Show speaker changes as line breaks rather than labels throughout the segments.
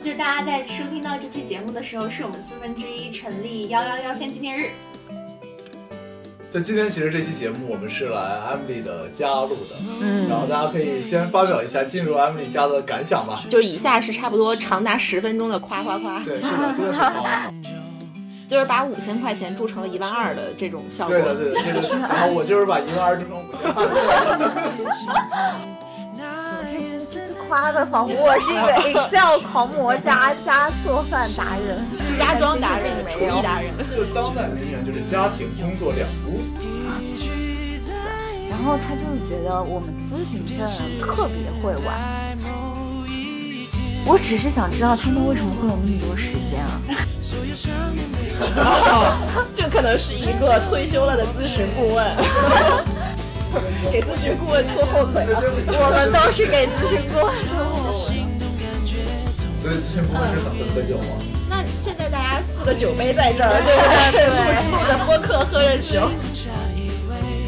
就大家在收听到这期节目的时候，是我们四分之一成立幺幺幺天纪念日。
但今天其实这期节目我们是来 Emily 的家录的，
嗯
然后大家可以先发表一下进入 Emily 家的感想吧。
就是以下是差不多长达十分钟的夸夸夸，
对，是的，真的很啊 棒。
就是把五千块钱铸成了一万二的这种效果
对。的，对的，这个。然后我就是把一万二变成五千二。
这次这次夸的仿佛我是一个 Excel 狂魔加加做饭达人、
家装达人、
并
厨
没有
艺达 人，
就当代名媛就是家庭工作两不误。
然后他就是觉得我们咨询圈的人特别会玩。我只是想知道他们为什么会有那么多时间啊？
这可能是一个退休了的咨询顾问， 给咨询顾问拖后腿了。
我们都是给咨询过的。
所以咨询公司是很会喝酒吗？
那现在大家四个酒杯在这儿，对不对？录着播客，喝着酒。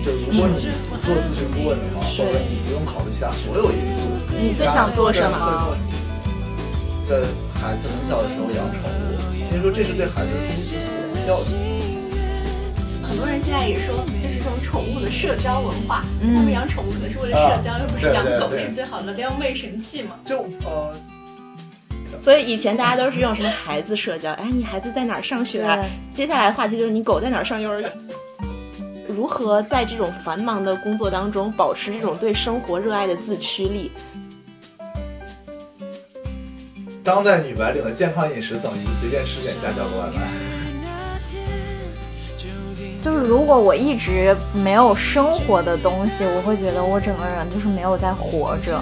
就如果你不做咨询顾问的话，或者你不用考虑下所有因素，
你最想做什么
会做你这孩子很小的时候养宠物，因为说这是对孩子的第一次死亡教育。
很多人现在也说，就是这种宠物的社交文化，
嗯
他们养宠物可能是为了社交，
啊
又不是
对
养
对
狗
对
是最好的撩妹神器嘛。
就呃，
所以以前大家都是用什么孩子社交，哎，你孩子在哪儿上学啊
对？
接下来的话题就是你狗在哪儿上幼儿园。如何在这种繁忙的工作当中保持这种对生活热爱的自驱力？
当代女白领的健康饮食等于随便吃点家教的外卖。
就是如果我一直没有生活的东西，我会觉得我整个人就是没有在活着。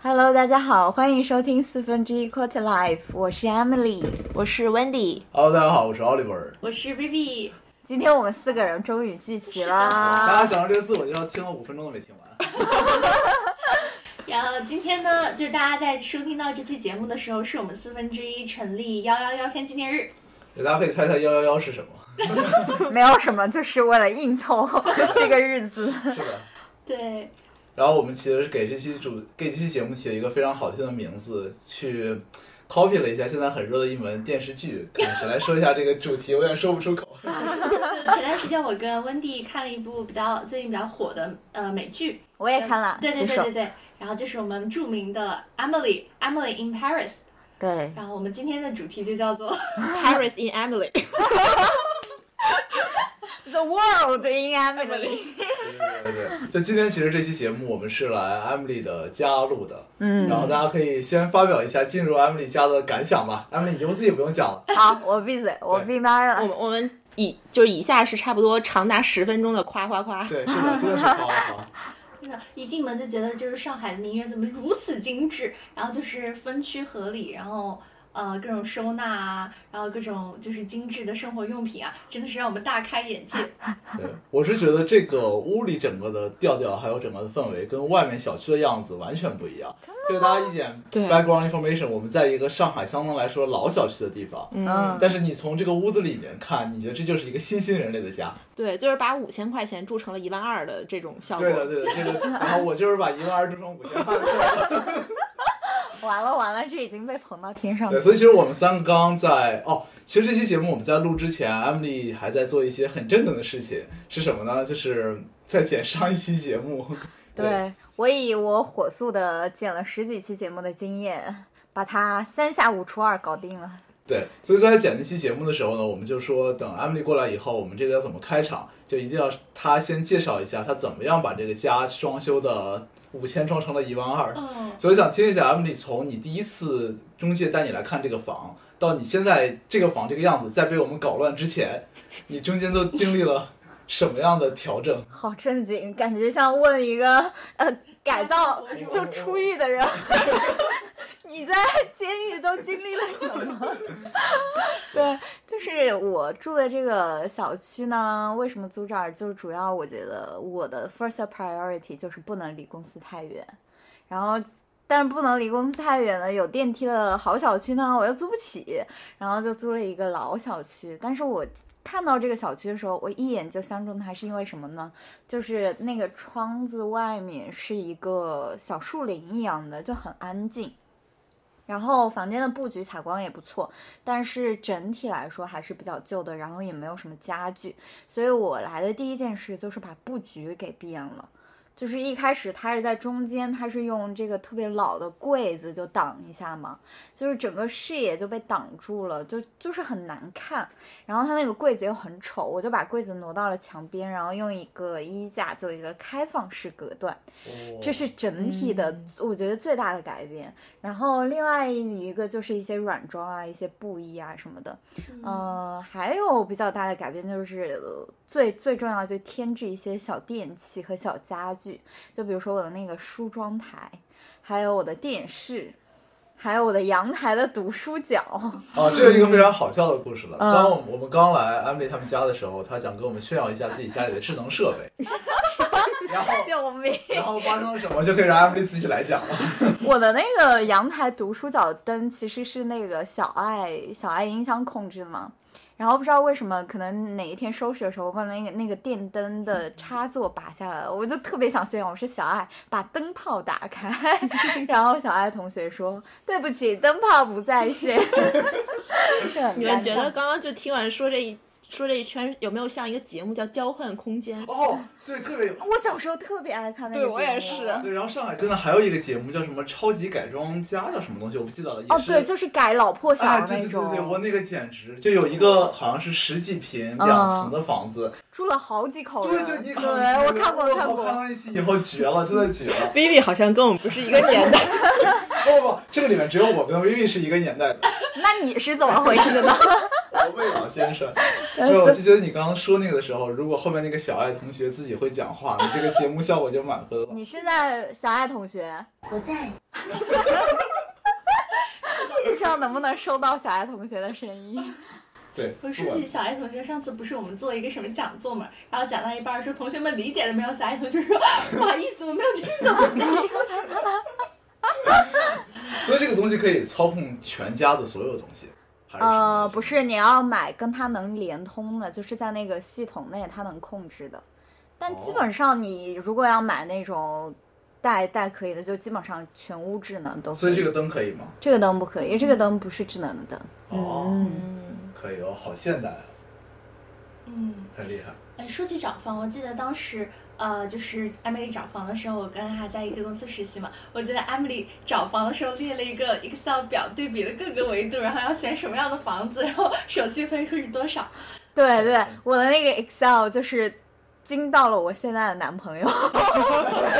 Hello，大家好，欢迎收听四分之一 Quarter Life，我是 Emily。
我是 Wendy，
Hello，大家好，我是 Oliver。
我是 B B，
今天我们四个人终于聚齐
大
啦！
家想到这个自我介绍，听了五分钟都没听完。
然后今天呢，就大家在收听到这期节目的时候，是我们四分之一成立幺幺幺天纪念日。
大家可以猜猜幺幺幺是什么？
没有什么，就是为了硬凑 这个日子。
是的。
对，
然后我们其实给这期主给这期节目起了一个非常好听的名字，去 copy 了一下现在很热的一门电视剧。看谁来说一下这个主题？我有点说不出口。
就前段时间我跟温蒂看了一部比较最近比较火的呃美剧，
我也看了，
对对
举
对
手
对对，然后就是我们著名的 Emily Emily in Paris，
对，
然后我们今天的主题就叫做
Paris in Emily，
The World in Emily。
对对对，就今天其实这期节目我们是来 Emily 的家录的，
嗯，
然后大家可以先发表一下进入 Emily 家的感想吧。Emily 你就自己不用讲了，
好，我闭嘴，我闭麦
我
了。
们我们以就是以下是差不多长达十分钟的夸夸夸。
对，是的，真的是好好好。
真的，一进门就觉得就是上海的名媛怎么如此精致，然后就是分区合理，然后呃各种收纳啊，然后各种就是精致的生活用品啊，真的是让我们大开眼 界。
对，我是觉得这个屋里整个的调调还有整个的氛围跟外面小区的样子完全不一样，就给大家一点
对
background information。我们在一个上海相当来说老小区的地方，
嗯，
但是你从这个屋子里面看，你觉得这就是一个新兴人类的家。
对，就是把五千块钱铸成了一万二的这种效果。
对的，对的，这个。然后我就是把一万二变成五千二。
完了完了，这已经被捧到天上去
对，
了。
所以其实我们三个刚刚在哦，其实这期节目我们在录之前，Emily 还在做一些很正经的事情，是什么呢？就是在剪上一期节目。
对我以我火速的剪了十几期节目的经验，把它三下五除二搞定了。
对，所以在剪那期节目的时候呢，我们就说等 Emily 过来以后，我们这个要怎么开场，就一定要她先介绍一下她怎么样把这个家装修的五千装成了一万二。
嗯，
所以我想听一下 Emily 从你第一次中介带你来看这个房，到你现在这个房这个样子，在被我们搞乱之前，你中间都经历了什么样的调整？
好正经，感觉像问一个呃改造就出狱的人， 你在监狱都经历了什么？ 对，就是我住的这个小区呢，为什么租这儿？就是主要我觉得我的 first priority 就是不能离公司太远，然后但是不能离公司太远了，有电梯的好小区呢，我又租不起，然后就租了一个老小区。但是我看到这个小区的时候，我一眼就相中它，是因为什么呢？就是那个窗子外面是一个小树林一样的，就很安静。然后房间的布局采光也不错，但是整体来说还是比较旧的，然后也没有什么家具，所以我来的第一件事就是把布局给变了。就是一开始它是在中间，它是用这个特别老的柜子就挡一下嘛，就是整个视野就被挡住了，就就是很难看。然后它那个柜子又很丑，我就把柜子挪到了墙边，然后用一个衣架做一个开放式隔断。这是整体的，我觉得最大的改变。然后另外一个就是一些软装啊、一些布艺啊什么的。
嗯
呃，还有比较大的改变就是、呃最最重要的就添置一些小电器和小家具，就比如说我的那个梳妆台，还有我的电视，还有我的阳台的读书角。
哦，这是一个非常好笑的故事了。
嗯
当我们我们刚来安利他们家的时候，他想跟我们炫耀一下自己家里的智能设 备，然后
救命！
然后发生了什么就可以 让安利自己来讲了。
我的那个阳台读书角灯其实是那个小爱小爱音箱控制的嘛，然后不知道为什么，可能哪一天收拾的时候，我把那个那个电灯的插座拔下来了，我就特别想炫耀我是小爱，把灯泡打开，然后小爱同学说对不起，灯泡不在线。 这很
你们
尴
觉
尬
得刚刚就听完说这一说这一圈，有没有像一个节目叫《交换空间》？
哦，对，特别有。
我小时候特别爱看那个
对我
节
也
目
是
对，然后上海现在还有一个节目叫什么《超级改装家》，叫什么东西我不记得了，也
哦，
是。
对，就是改老破小
哎，
的
对
那
对对
种，
对，我那个简直就有一个好像是十几平
嗯
两层的房子，
住了好几口
对
人。
对，你
嗯对，
看，
我看过
我
看过
看。完一期以后绝了，真的绝了。
Vivi 好像跟我们不是一个年代，
不不不，这个里面只有我跟 Vivi 是一个年代的，
那你是怎么回事的呢？
我魏老先 生。
哎
对，我就觉得你刚刚说那个的时候，如果后面那个小爱同学自己会讲话，你这个节目效果就满分了。
你现在小爱同学，
我在。
不知道能不能收到小爱同学的声音？
对，
我
不
说
管
起小爱同学，上次不是我们做一个什么讲座嘛，然后讲到一半儿说同学们理解了没有？小爱同学说 不好意思，我没有听懂。
所以这个东西可以操控全家的所有东西，还是什么
呃，
东西
不，是，你要买跟它能连通的，就是在那个系统内它能控制的。但基
哦
本上你如果要买那种带带可以的，就基本上全屋智能都可以。
所以这个灯可以吗？
这个灯不可以，这个灯不是智能的灯。
哦，
嗯，
可以哦，好现代啊，
嗯，
很厉害。
哎，说起找房，我记得当时呃，就是艾米丽找房的时候，我跟她在一个公司实习嘛，我记得艾米丽找房的时候列了一个 Excel 表，对比了各个维度，然后要选什么样的房子，然后手续费会是多少。
对对，我的那个 Excel 就是惊到了我现在的男朋友，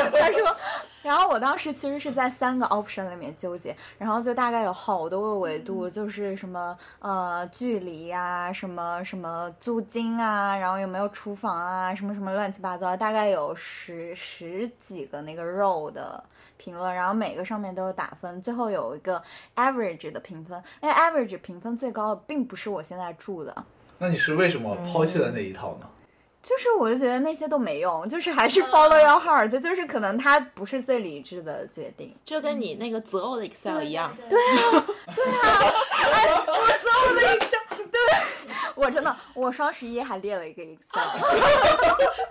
他说。 然后我当时其实是在三个 option 里面纠结，然后就大概有好多个维度，就是什么呃距离啊，什么什么租金啊，然后有没有厨房啊，什么什么乱七八糟，大概有十十几个那个 row 的评论，然后每个上面都有打分，最后有一个 average 的评分，那 average 评分最高的并不是我现在住的，
那你是为什么抛弃了那一套呢？
就是我就觉得那些都没用，就是还是 follow your heart，这就是可能它不是最理智的决定。
就跟你那个择偶的 Excel 一样。
对
啊我的 Excel，对 我真的，我双十一还列了一个 Excel，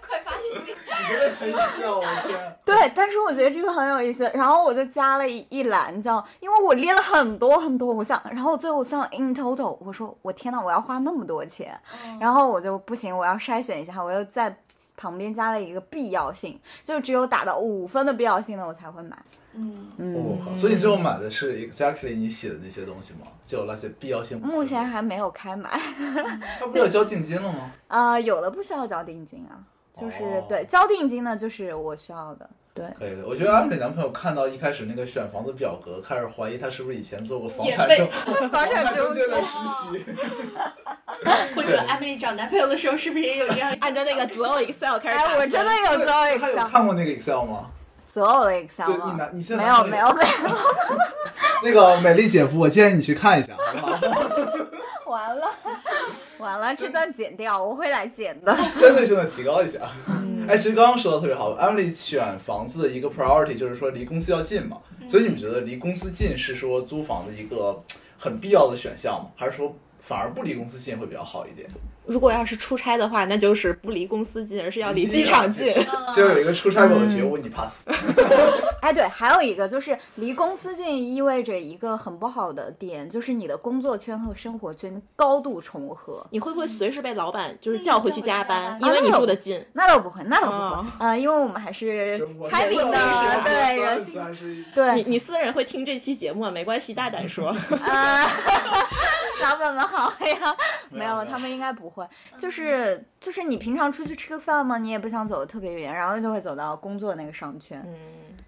快发群里。
嗯 你真的很笑，我天！啊
对，但是我觉得这个很有意思，然后我就加了一一栏叫，因为我列了很多很多，我想，然后最后我算了 in total，我说我天呐，我要花那么多钱，
嗯
然后我就不行，我要筛选一下，我又在旁边加了一个必要性，就只有打到五分的必要性的我才会买，
嗯。
嗯。
我靠！哦所以你最后买的是 exactly 你写的那些东西吗？就有那些必要性。
目前还没有开买，
他不是要交定金了吗？
啊、有的不需要交定金啊，就是、
哦
对交定金呢，就是我需要的，对，
可以的，我觉得安美男朋友看到一开始那个选房子表格，开始怀疑他是不是以前做过房产
也被
证、
房
房产
产
中
中
介的
介。
实习。
或者艾米丽找男朋友的时候，是不是也有这样？
按照那个择偶 Excel 开始打分，
哎，我真的有择偶
他有
Excel，
看过那个 Excel 吗？
择偶的
就
Excel
你
吗
男，？你现在
没有没有没
那个美丽姐夫，我建议你去看一下，好不 好？
有，完了完了，这段剪掉，我会来剪的。
针对性的提高一下。
嗯
哎，其实刚刚说的特别好，Emily 选房子的一个 priority 就是说离公司要近嘛，
嗯
所以你们觉得离公司近是说租房的一个很必要的选项吗？还是说反而不离公司近会比较好一点？
如果要是出差的话，那就是不离公司近，而是要离机场近。
嗯
嗯
就有一个出差狗的觉悟，你 pass。
哎，对，还有一个就是离公司近意味着一个很不好的点，就是你的工作圈和生活圈高度重合。
你会不会随时被老板就是叫回去加班，啊
嗯
因为你住得近？
那倒不会，那倒不会，
哦
呃，因为我们还是开明
明
的
的，
对人性，
性。
你
对，
你私人会听这期节目啊没关系，大胆说。
呃， 老板们好呀，没
没
有，
有
他们应该不会，就是就是你平常出去吃个饭嘛，你也不想走得特别远，然后就会走到工作那个商圈，
嗯，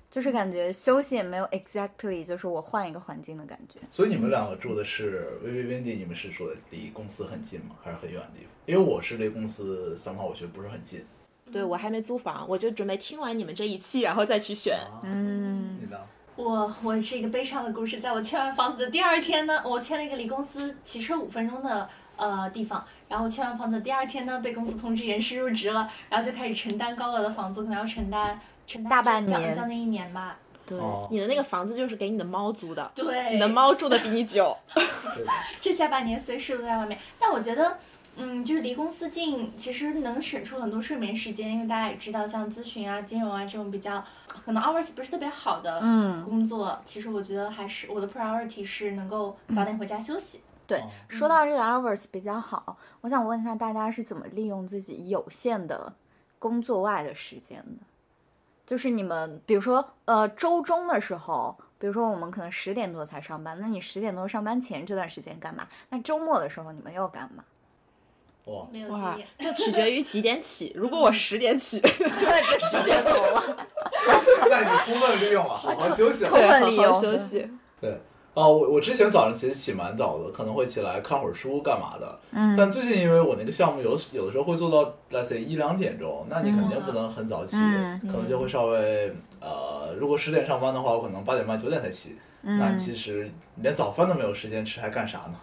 就是感觉休息也没有 exactly，就是我换一个环境的感觉。
所以你们两个住的是 v v v i n d y 你们是住的离公司很近吗？还是很远的地方？因为我是离公司三号，我觉得不是很近。
对我还没租房，我就准备听完你们这一期，然后再去选。
啊，
嗯，
你呢？
我我是一个悲伤的故事，在我签完房子的第二天呢，我签了一个离公司骑车五分钟的呃地方，然后我签完房子的第二天呢，被公司通知延迟入职了，然后就开始承担高额的房租，可能要承担承担
大半
将
年
将近一年吧。
对，
哦，
你的那个房子就是给你的猫租的，
对，
你的猫住的比你久。
对的
这下半年随时都在外面。但我觉得，嗯，就是离公司近，其实能省出很多睡眠时间，因为大家也知道，像咨询啊、金融啊这种比较可能 hours 不是特别好的
嗯，
工作，其实我觉得还是我的 priority 是能够早点回家休息。
对
哦，
说
嗯
到这个 hours 比较好，我想问一下大家是怎么利用自己有限的工作外的时间的？就是你们，比如说，呃，周中的时候，比如说我们可能十点多才上班，那你十点多上班前这段时间干嘛？那周末的时候你们又干嘛？
哇，
没有
哇
经验，，
这取决于几点起。如果我十点起，
对，就十点走了。
那你充分利用了，啊好好休息了。
充
对，
分利
好
用
好休息。
哦，我我之前早上其实起蛮早的，可能会起来看会儿书干嘛的。
嗯
但最近因为我那个项目有有的时候会做到，let's say 一两点钟，那你肯定不能很早起，
嗯
可能就会稍微呃，如果十点上班的话，我可能八点半九点才起。
嗯
那其实连早饭都没有时间吃，还干啥呢？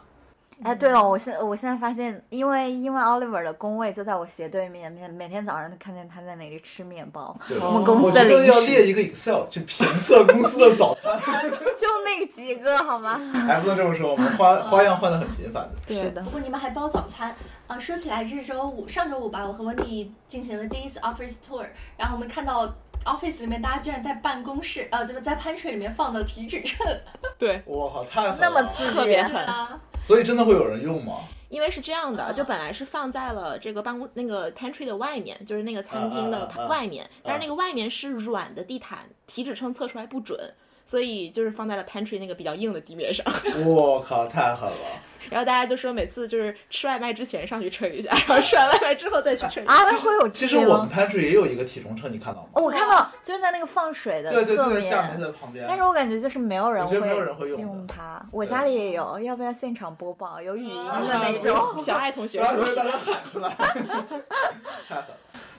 哎，对哦，我现我现在发现，因为因为 Oliver 的工位就在我斜对面，每每天早上都看见他在那里吃面包，
对吧，
我们公
我
司
觉
的
得
零
要
食
列一个 Excel 去评测公司的早餐，
就那几个好吗？
还不能这么说，我们花花样换的很频繁的。
对
是的
不，过你们还包早餐。呃，说起来，这周五上周五吧，我和温迪进行了第一次 office tour，然后我们看到 office 里面大家居然在办公室，呃，就是在 pantry 里面放的体脂秤，
对，
我靠，太狠了！
那么刺激，
特
对
别狠。
啊，
所以真的会有人用吗？
因为是这样的，
嗯
就本来是放在了这个办公那个 pantry 的外面，就是那个餐厅的
嗯嗯嗯嗯
外面，但是那个外面是软的地毯，体脂秤测出来不准。所以就是放在了 pantry 那个比较硬的地面上，
我靠，太狠了！
然后大家就说每次就是吃外卖之前上去称一下，然后吃完外卖之后再去称一下。
啊，那会有
其
这
实
个
我们
吗？
pantry 也有一个体重秤，你看到吗？
哦，我看到就是在那个放水的
对对，
侧
就在下面，
面，
就在旁边。
但是我感觉就是没有人
我
会
觉得没有人会用的
用它。我家里也有，要不要现场播报？有语音的
啊
那种。
小爱同学
小，孩子会当时喊出来，太狠了。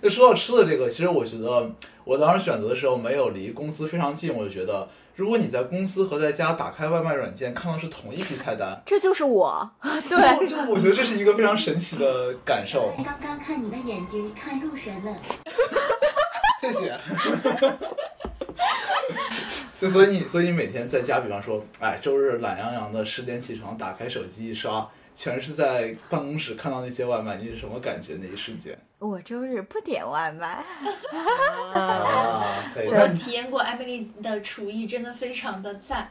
那说到吃的这个，其实我觉得我当时选择的时候没有离公司非常近，我就觉得如果你在公司和在家打开外卖软件看到是同一批菜单，
这就是我，
就
对，
就我觉得这是一个非常神奇的感受。
刚刚看你的眼睛看入神了。
谢谢。 就所以你，所以你每天在家，比方说，哎，周日懒洋洋的十点起床，打开手机一刷，全是在办公室看到那些外卖，你是什么感觉？那一瞬间
我周日不点外卖。
嗯
啊，可以。
我
那
体验过 Emily 的厨艺，真的非常的赞。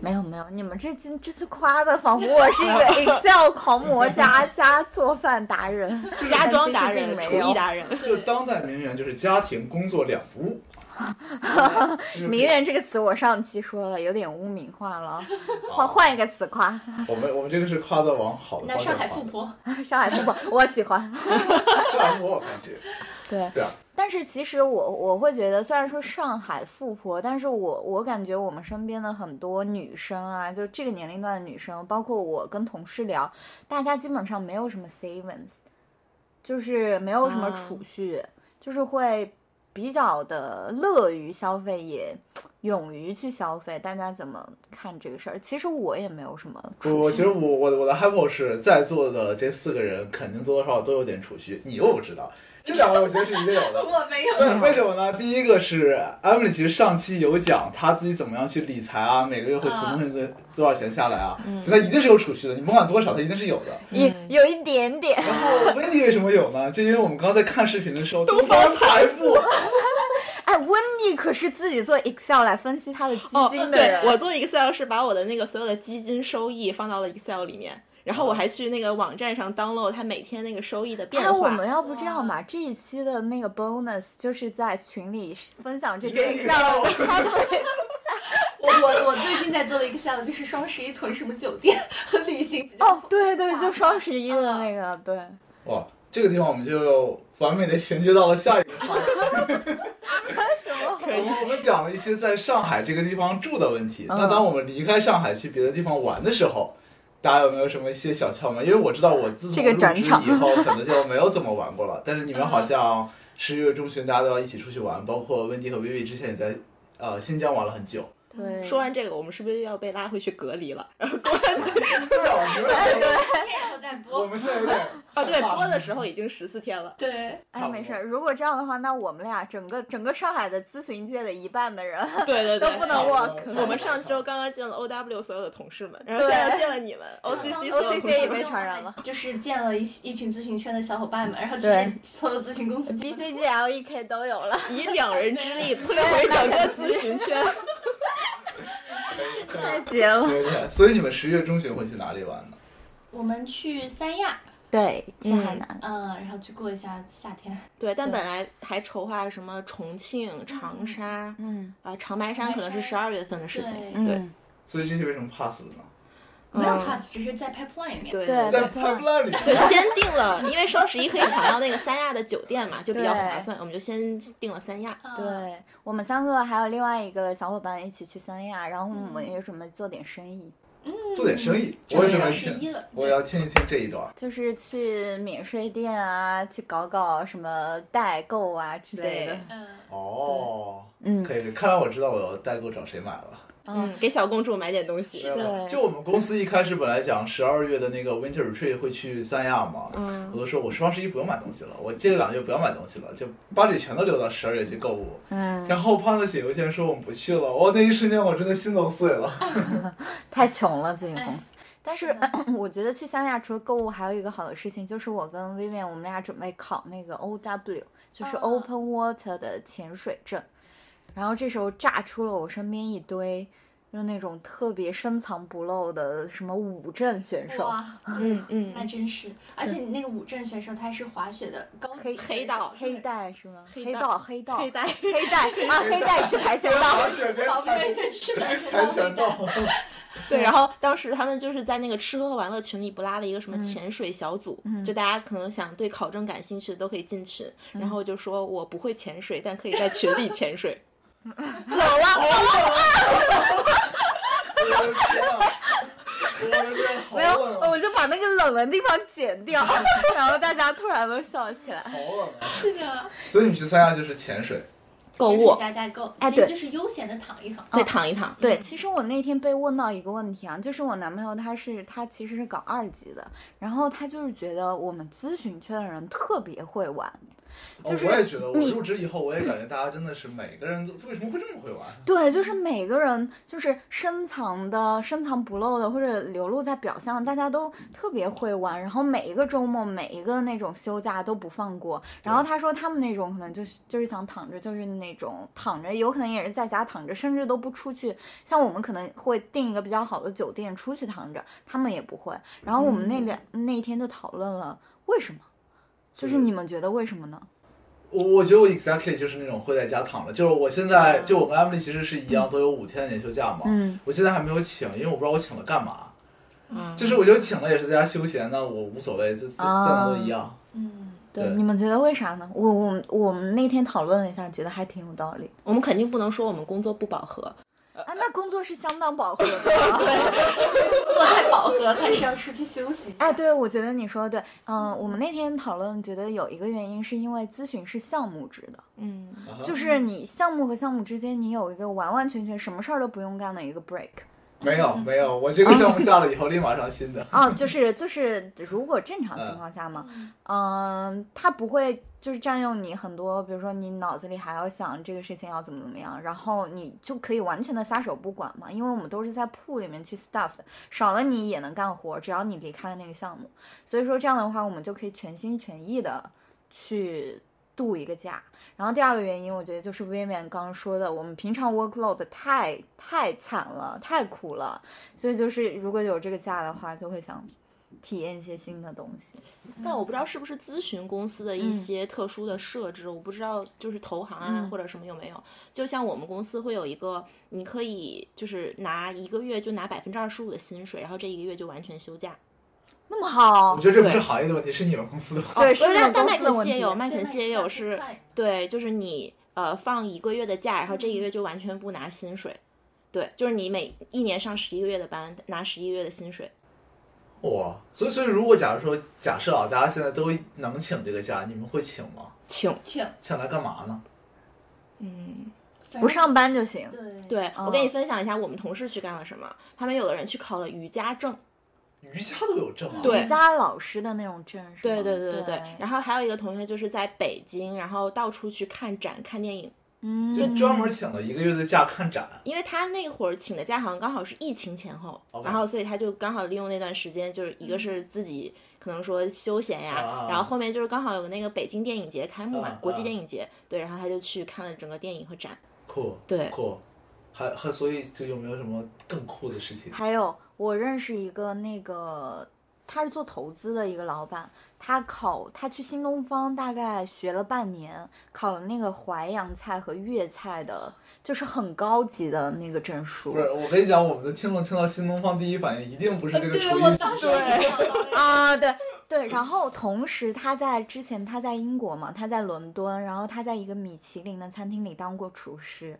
没有没有，你们这今这次夸的仿佛我是 一个 Excel 狂魔加加做饭达人，
家装达
但
人、
其实
厨
并没有
艺。达 人，
就当代名媛就是家庭工作两 不误。这就是
名媛这个词我上期说了，有点污名化
哦
了，换换一个词夸。
啊我们我们这个是夸的往好的
那
方向
上
夸
海富，婆，
上海富婆，我喜欢。
上海富婆我看起，
对，
对啊，
但是其实我我会觉得，虽然说上海富婆，但是我我感觉我们身边的很多女生啊，就这个年龄段的女生，包括我跟同事聊，大家基本上没有什么 savings，就是没有什么
啊
储蓄，就是会比较的乐于消费，也勇于去消费。大家怎么看这个事儿？其实我也没有什么
我
储
我其
蓄
实。我我的我的 hypo 是在座的这四个人肯定多多少少都有点储蓄，你又不知道，这两个我觉得是一个友的。
我没有。
为为什么呢？第一个是 Emily，其实上期有讲她自己怎么样去理财啊，每个月会存多多多少钱下来啊，所以她一定是有储蓄的，你甭管多少，她一定是有的。
有
嗯
有一点点，
然后 Wendy 为什么有呢？就因为我们刚才看视频的时候，东方财富，
哎，温妮可是自己做 Excel 来分析他的基金的
哦对
人，
我做 Excel 是把我的那个所有的基金收益放到了 Excel 里面，
哦
然后我还去那个网站上 download 它每天那个收益的变
哎，
化。
我们要不这样吧，这一期的那个 bonus 就是在群里分享这些 Excel 的插腿。
我我我最近在做的一个项目就是双十一囤什么酒店和旅行比较
哦，对对，就双十一的那个，对，
哇，这个地方我们就完美的衔接到了下一个话题。
可 以
哦
我们讲了一些在上海这个地方住的问题。
嗯
那当我们离开上海去别的地方玩的时候，大家有没有什么一些小窍门？因为我知道我自从
这个
入职
转场
以后，可能就没有怎么玩过了。但是你们好像十月中旬大家都要一起出去玩，包括温迪和薇薇之前也在呃新疆玩了很久。
嗯
对，
嗯说完这个，我们是不是又要被拉回去隔离了？
对啊，我们
今天也有在
我
播。
们现在有点
哎 啊，对，播的时候已经十四 天了。
对，
哎，没事儿，如果这样的话，那我们俩整个整个上海的咨询界的一半的人，
对对对，
都不能
我
work
我们上周刚刚见了 OW 所有的同事们，然后现在又见了你们 OCC 所有
OCC
同事
也
们
被传染了，
就是见了一一群咨询圈的小伙伴们，然后其实
对
所有咨询公司
B C G L E K 都有了。
以两人之力摧毁整个咨询圈。 嗯
太绝了！
对对，所以你们十月中旬会去哪里玩呢？
我们去三亚，
对，去海
嗯
南，
嗯，然后去过一下夏天。
对，但本来还筹划什么重庆、长沙，
嗯，
啊，长白山可能是十二月份的事情。
对
对，
嗯
所以这些为什么 pass 了呢？
没有
嗯
pass，只是在 pipeline 里面。
对
对
在 pipeline 里。
就先定了，因为双十一可以抢到那个三亚的酒店嘛，就比较划
对
算，我们就先定了三亚。
啊，
嗯
对我们三个还有另外一个小伙伴一起去三亚，然后我们
嗯
也准备做点生意，
做点生意，
这
我也
都
准
双
备
十一
听
了，
我要听一听这一段。
就是去免税店啊，去搞搞什么代购啊之类的
对。
嗯，
哦，
嗯
可以，看来我知道我要代购找谁买了。
嗯，给小公主买点东西。
对
就我们公司一开始本来讲十二月的那个 Winter Retreat 会去三亚嘛，
嗯
我都说我双十一不用买东西了，我接着两个月不要买东西了，就把这全都留到十二月去购物。
嗯，
然后胖子写邮件说我们不去了，我那一瞬间我真的心都碎了。
太穷了，最近公司。但是
嗯
我觉得去三亚除了购物，还有一个好的事情就是我跟 Vivian 我们俩准备考那个 OW，就是
哦
Open Water 的潜水证。然后这时候炸出了我身边一堆，就那种特别深藏不露的什么五证选手。
哇，
嗯嗯
那真是，而且你那个武正选手他还是滑雪的高级选手
黑
黑道
黑
对
带是吗？
黑
黑
带
道，黑道，
佩戴。
黑带啊！黑带是跆拳 道
滑。雪别
老
谈
被 认识的
跆拳道，
对，然后当时他们就是在那个吃喝玩乐群里不拉了一个什么潜水小组，就大家可能想对考证感兴趣的都可以进群。然后我就说我不会潜水，但可以在群里潜水。
我的天啊！我的天，好
没有，
冷啊，
我就把那个冷的地方剪掉， 然后大家突然都笑起来。
好冷啊！
是的，
所以你去三亚就是潜水，
购
就是
物，
加代购，
哎
其实
对哦
就是悠闲的躺一躺。
对，躺一躺。
对，其实我那天被问到一个问题啊，就是我男朋友他是他其实是搞二级的，然后他就是觉得我们咨询圈的人特别会玩，
哦
就是
我也觉得，我
你
入职以后，我也感觉大家真的是每个人都为什么会这么会玩？啊
对，就是每个人就是深藏的、深藏不露的，或者流露在表象，大家都特别会玩。然后每一个周末、每一个那种休假都不放过。然后他说他们那种可能就是就是想躺着，就是那种躺着，有可能也是在家躺着，甚至都不出去。像我们可能会订一个比较好的酒店出去躺着，他们也不会。然后我们那两、那一天就讨论了为什么，就是你们觉得为什么呢？
我我觉得我 exactly 就是那种会在家躺着，就是我现在就我跟 Emily 其实是一样，都有五天的年休假嘛。
嗯，
我现在还没有请，因为我不知道我请了干嘛。就是我觉得请了也是在家休闲，那我无所谓，这这
啊
咱都一样。
嗯，
对，
对
你们觉得为啥呢？我我我们那天讨论了一下，觉得还挺有道理。
我们肯定不能说我们工作不饱和，
啊，那工作是相当饱和的。啊
做太饱和才是要出去休息一下。
哎，对，我觉得你说的对。嗯，我们那天讨论，觉得有一个原因是因为咨询是项目制的，
嗯，
啊哈
就是你项目和项目之间，你有一个完完全全什么事儿都不用干的一个 break。
没有没有，我这个项目下了以后立马上新的。
哦，就是就是，如果正常情况下嘛，嗯，它不会就是占用你很多，比如说你脑子里还要想这个事情要怎么怎么样，然后你就可以完全的撒手不管嘛，因为我们都是在铺里面去 stuff 的，少了你也能干活，只要你离开了那个项目，所以说这样的话，我们就可以全心全意的去。度一个假，然后第二个原因，我觉得就是 Vivian 刚刚说的，我们平常 workload 太太惨了，太苦了，所以就是如果有这个假的话，就会想体验一些新的东西。
但我不知道是不是咨询公司的一些特殊的设置，我不知道就是投行啊、
嗯
或者什么有没有。就像我们公司会有一个，你可以就是拿一个月就拿百分之二十五的薪水，然后这一个月就完全休假。
那么好，
我觉得这不是行业的问题，是你们公司的。
对，是
哦不
那种
但但
公
麦
司的
肯
问
锡
题。
也有，麦
麦
肯锡也有是，对，就是你呃放一个月的假，然后这
嗯
一个月就完全不拿薪水。对，就是你每一年上十一个月的班，拿十一个月的薪水。
哇，所以所以如果假如说假设啊，大家现在都能请这个假，你们会请吗？
请
请
请来干嘛呢？
不上班就行。
对
对、
哦
我跟你分享一下我们同事去干了什么。他们有的人去考了瑜伽证，
瑜伽都有证啊。
对
瑜伽老师的那种证是吗？
对对对
对
对对。然后还有一个同学就是在北京，然后到处去看展、看电影，
嗯，
就专门请了一个月的假看展，
因为他那会儿请的假好像刚好是疫情前后
OK
然后所以他就刚好利用那段时间，就是一个是自己可能说休闲呀，
啊
然后后面就是刚好有个那个北京电影节开幕嘛，
啊
国际
啊
电影节，对，然后他就去看了整个电影和展。
酷
对，
酷，还还所以就有没有什么更酷的事情？
还有我认识一个那个。他是做投资的一个老板，他考他去新东方大概学了半年，考了那个淮扬菜和粤菜的，就是很高级的那个证书
不是，我跟你讲，我们的听众听到新东方第一反应一定不是这
嗯
个
对
厨
我
艺
当时
形式，
也想到那个
啊。对对，然后同时他在之前他在英国嘛，他在伦敦，然后他在一个米其林的餐厅里当过厨师，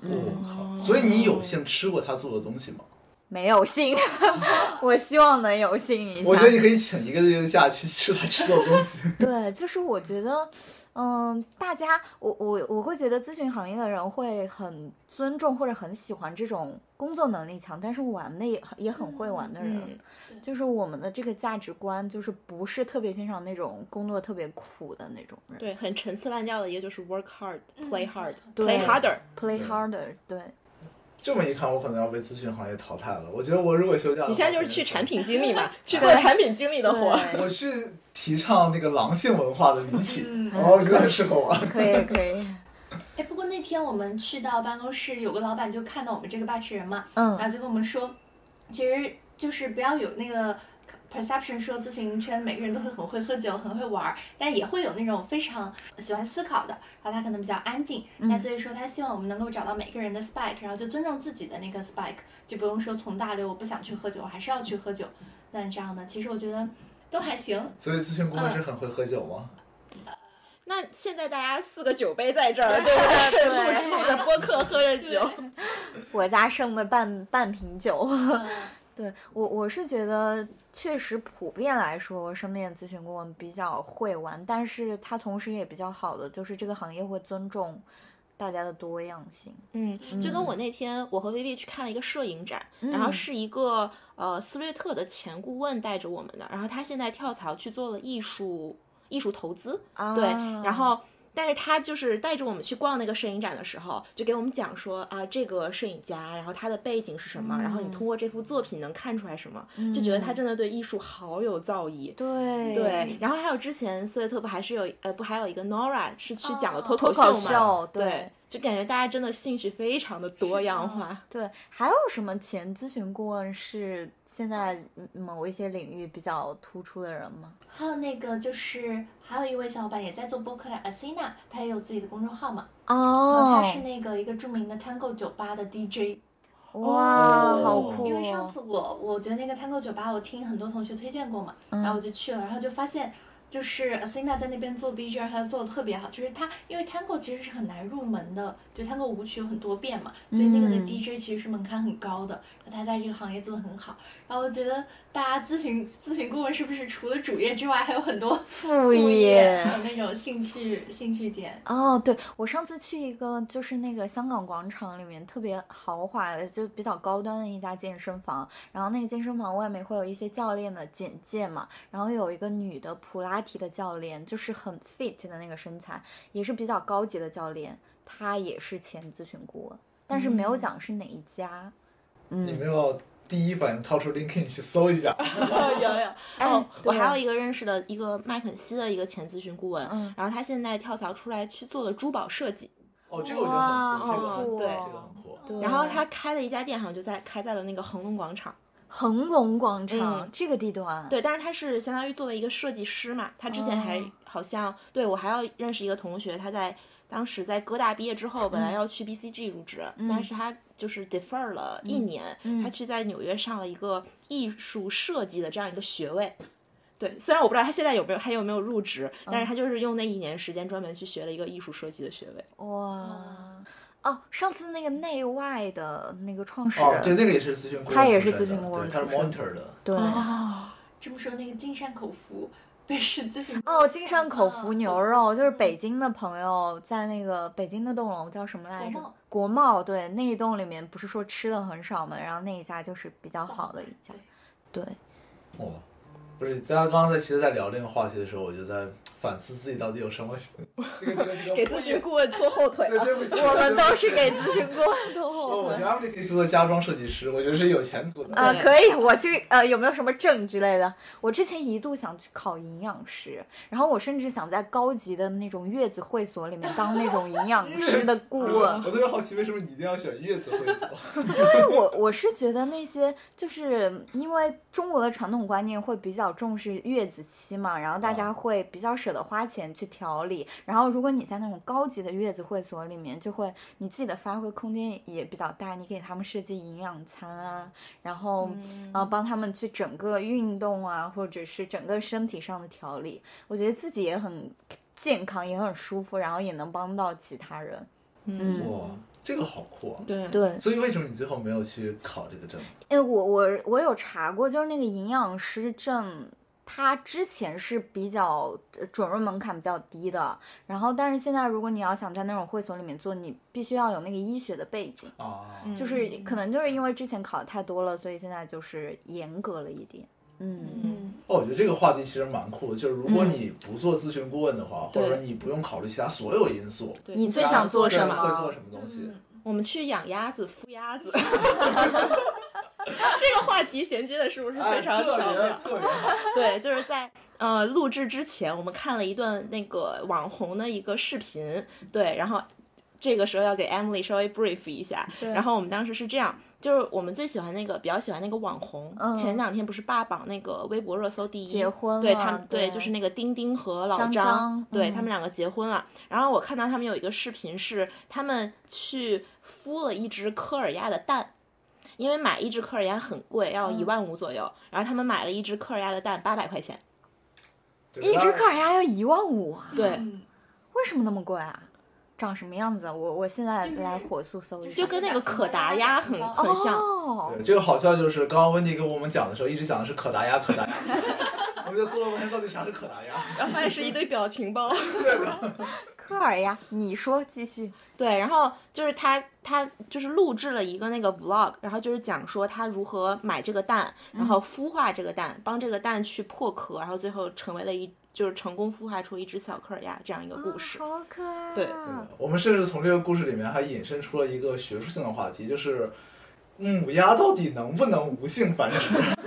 嗯
我靠！
嗯
所以你有幸吃过他做的东西吗？
没有幸， 我希望能有幸一下。
我觉得你可以请一个月的假去吃他吃的东西。
对，就是我觉得，嗯，大家，我我我会觉得咨询行业的人会很尊重或者很喜欢这种工作能力强，但是玩的也很也很会玩的人。
嗯
就是我们的这个价值观，就是不是特别欣赏那种工作特别苦的那种人。
对，很陈词滥调的一个就是 work hard, play
嗯
hard,
对
play harder。
Play
对
harder，对，
这么一看，我可能要被咨询行业淘汰了。我觉得我如果休假的话，
你现在就是去产品经理嘛，去做
对
产品经理的活。
可能是，我去提倡那个狼性文化的理解，
嗯
哦，这很适合我。
可以可以，
哎，不过那天我们去到办公室，有个老板就看到我们这个把持人嘛，
嗯
然后就跟我们说，其实就是不要有那个 perception 说咨询圈每个人都会很会喝酒、很会玩儿，但也会有那种非常喜欢思考的，然后他可能比较安静，那所以说他希望我们能够找到每个人的 spike，然后就尊重自己的那个 spike，就不用说从大流我不想去喝酒，我还是要去喝酒，那这样的其实我觉得都还行，
所以咨询工程师很会喝酒吗？
那现在大家四个酒杯在这儿，对不对？录录着播客，喝着酒。
我家剩的半半瓶酒。
嗯
对我，我是觉得确实普遍来说，身边的咨询顾问比较会玩，但是他同时也比较好的就是这个行业会尊重大家的多样性。
嗯，就跟
嗯
我那天我和薇薇去看了一个摄影展，然后
嗯
是一个呃斯略特的前顾问带着我们的，然后他现在跳槽去做了艺术艺术投资，
啊
对，然后。但是他就是带着我们去逛那个摄影展的时候，就给我们讲说啊，这个摄影家，然后他的背景是什么，然后你通过这幅作品能看出来什么，就觉得他
嗯
真的对艺术好有造诣。
对
对，然后还有之前斯维特不还是有呃不还有一个 Nora 是去讲了
哦
脱
脱口
口嘛？
秀
对
对
就感觉大家真的兴趣非常的多样化。
对，还有什么前咨询顾问是现在嗯某一些领域比较突出的人吗？
还有那个就是还有一位小伙伴也在做播客的 Asina，她也有自己的公众号嘛，然后
哦
他是那个一个著名的 Tango 酒吧的 DJ，、
哇，好
哦
酷、哦！
因为上次我我觉得那个 Tango 酒吧我听很多同学推荐过嘛，然
嗯
后我就去了，然后就发现。就是 Asina 在那边做 DJ，她做的特别好。就是她，因为 Tango 其实是很难入门的，就 Tango 舞曲有很多变嘛，所以那个的
嗯
DJ 其实是门槛很高的。他在这个行业做得很好。然后我觉得大家咨询咨询顾问是不是除了主业之外，还有很多
副
副业，
业。
还有那种兴趣兴趣点？
哦，对，我上次去一个就是那个香港广场里面特别豪华的，就比较高端的一家健身房。然后那个健身房外面会有一些教练的简介嘛，然后有一个女的普拉提的教练，就是很 fit 的那个身材，也是比较高级的教练，她也是前咨询顾问，但是
嗯
没有讲是哪一家。
你
嗯，
们要第一反应掏出 LinkedIn 去搜一下，
有有
哎
哦，我
对
还有一个认识的一个麦肯锡的一个前咨询顾问，
嗯
然后他现在跳槽出来去做了珠宝设计，
哦，这个我觉得很酷，
哇
这个
好
很
酷
对，
哦
这个很酷。
对
然后他开了一家店，好像就在开在了那个恒隆广场。
恒隆广场、
嗯
这个地段，
对，但是他是相当于作为一个设计师嘛，他之前还
哦
好像、对我还要认识一个同学，他在当时在哥大毕业之后，本
嗯
来要去 BCG 入职，但是他就是 defer 了一
嗯
年，他去在纽约上了一个艺术设计的这样一个学位。对，虽然我不知道他现在有没有还有没有入职，但是他就是用那一年时间专门去学了一个艺术设计的学位。
哇，哦，上次那个内外的那个创始
哦，对，
人，
那个也是咨询顾问出身的，
他也是咨询顾问
对，他是
出身
monitor 的。
对。
哦，
这么说，那个金山口服被是咨询
哦，金山口服牛肉就是北
京
京的朋友在那个北京的栋楼叫什么来着
国贸？
国贸对，那一栋里面不是说吃的很少嘛，然后那一家就是比较好的一家。对，
哦，不是，咱俩刚刚在其实，在聊这个话题的时候，我就在反思自己到底有什么这个这个这个
给咨询顾问拖后腿
对，
了。
对不起，
我们都是给咨询顾问拖后
哦我觉
腿
得。阿布可以去做家装设计师，我觉得是有前途的。
呃，
对
可以，我去呃，有没有什么证之类的？我之前一度想去考营养师，然后我甚至想在高级的那种月子会所里面当那种营养师的顾问。
我特别好奇，为什么你一定要选月子会所？
但我我是觉得那些就是因为中国的传统观念会比较重视月子期嘛，然后大家会比较舍得花钱去调理。然后如果你在那种高级的月子会所里面，就会你自己的发挥空间也比较大，你给他们设计营养餐啊，然后啊帮他们去整个运动啊，或者是整个身体上的调理，我觉得自己也很健康，也很舒服，然后也能帮到其他人。嗯
哇，这个好酷啊！
对
对，
所以为什么你最后没有去考这个证？
哎，我我我有查过，就是那个营养师证，它之前是比较呃准入门槛比较低的，然后但是现在如果你要想在那种会所里面做，你必须要有那个医学的背景，
啊，
嗯
就是可能就是因为之前考的太多了，所以现在就是严格了一点。嗯，
嗯，
哦，我觉得这个话题其实蛮酷的，就是如果你不做咨询顾问的话，或者说你不用考虑其他所有因素，
对
你最
大家
想做什
会做
么？嗯
什么东西？
我们去养鸭子、孵鸭子。 这个话题衔接的是不是
哎
非常
特
巧
别
妙？
特别好。
对，就是在呃录制之前，我们看了一段那个网红的一个视频，对，然后这个时候要给 Emily 稍微 brief 一下。然后我们当时是这样，就是我们最喜欢那个比较喜欢那个网红，
嗯
前两天不是霸榜那个微博热搜第一，
结婚
对
了
他们
啊对
就是那个丁丁和老
张
张，
张
对
嗯
他们两个结婚了。然后我看到他们有一个视频是他们去孵了一只科尔鸭的蛋。因为买一只科尔鸭很贵，要
嗯
一万五左右，然后他们买了一只科尔鸭的蛋，八百块钱。
一只烤鸭要一万五啊？
对，
嗯
为什么那么贵啊？长什么样子啊？我我现在
就是
来火速搜一下。
就跟那个可达鸭很很像。
哦，
对，这个好笑就是刚刚温迪跟我们讲的时候，一直讲的是可达鸭，可达鸭， 我们就搜了半天到底啥是可达鸭。
然后发现是一堆表情 包。
科尔鸭，你说继续。
对，然后就是他他就是录制了一个那个 vlog，然后就是讲说他如何买这个蛋，然
嗯
后孵化这个蛋，帮这个蛋去破壳，然后最后成为了一就是成功孵化出一只小克尔鸭这样一个故事。
啊
哦
好可爱。啊
对
我们甚至从这个故事里面还引申出了一个学术性的话题，就是嗯母鸭到底能不能无性繁殖？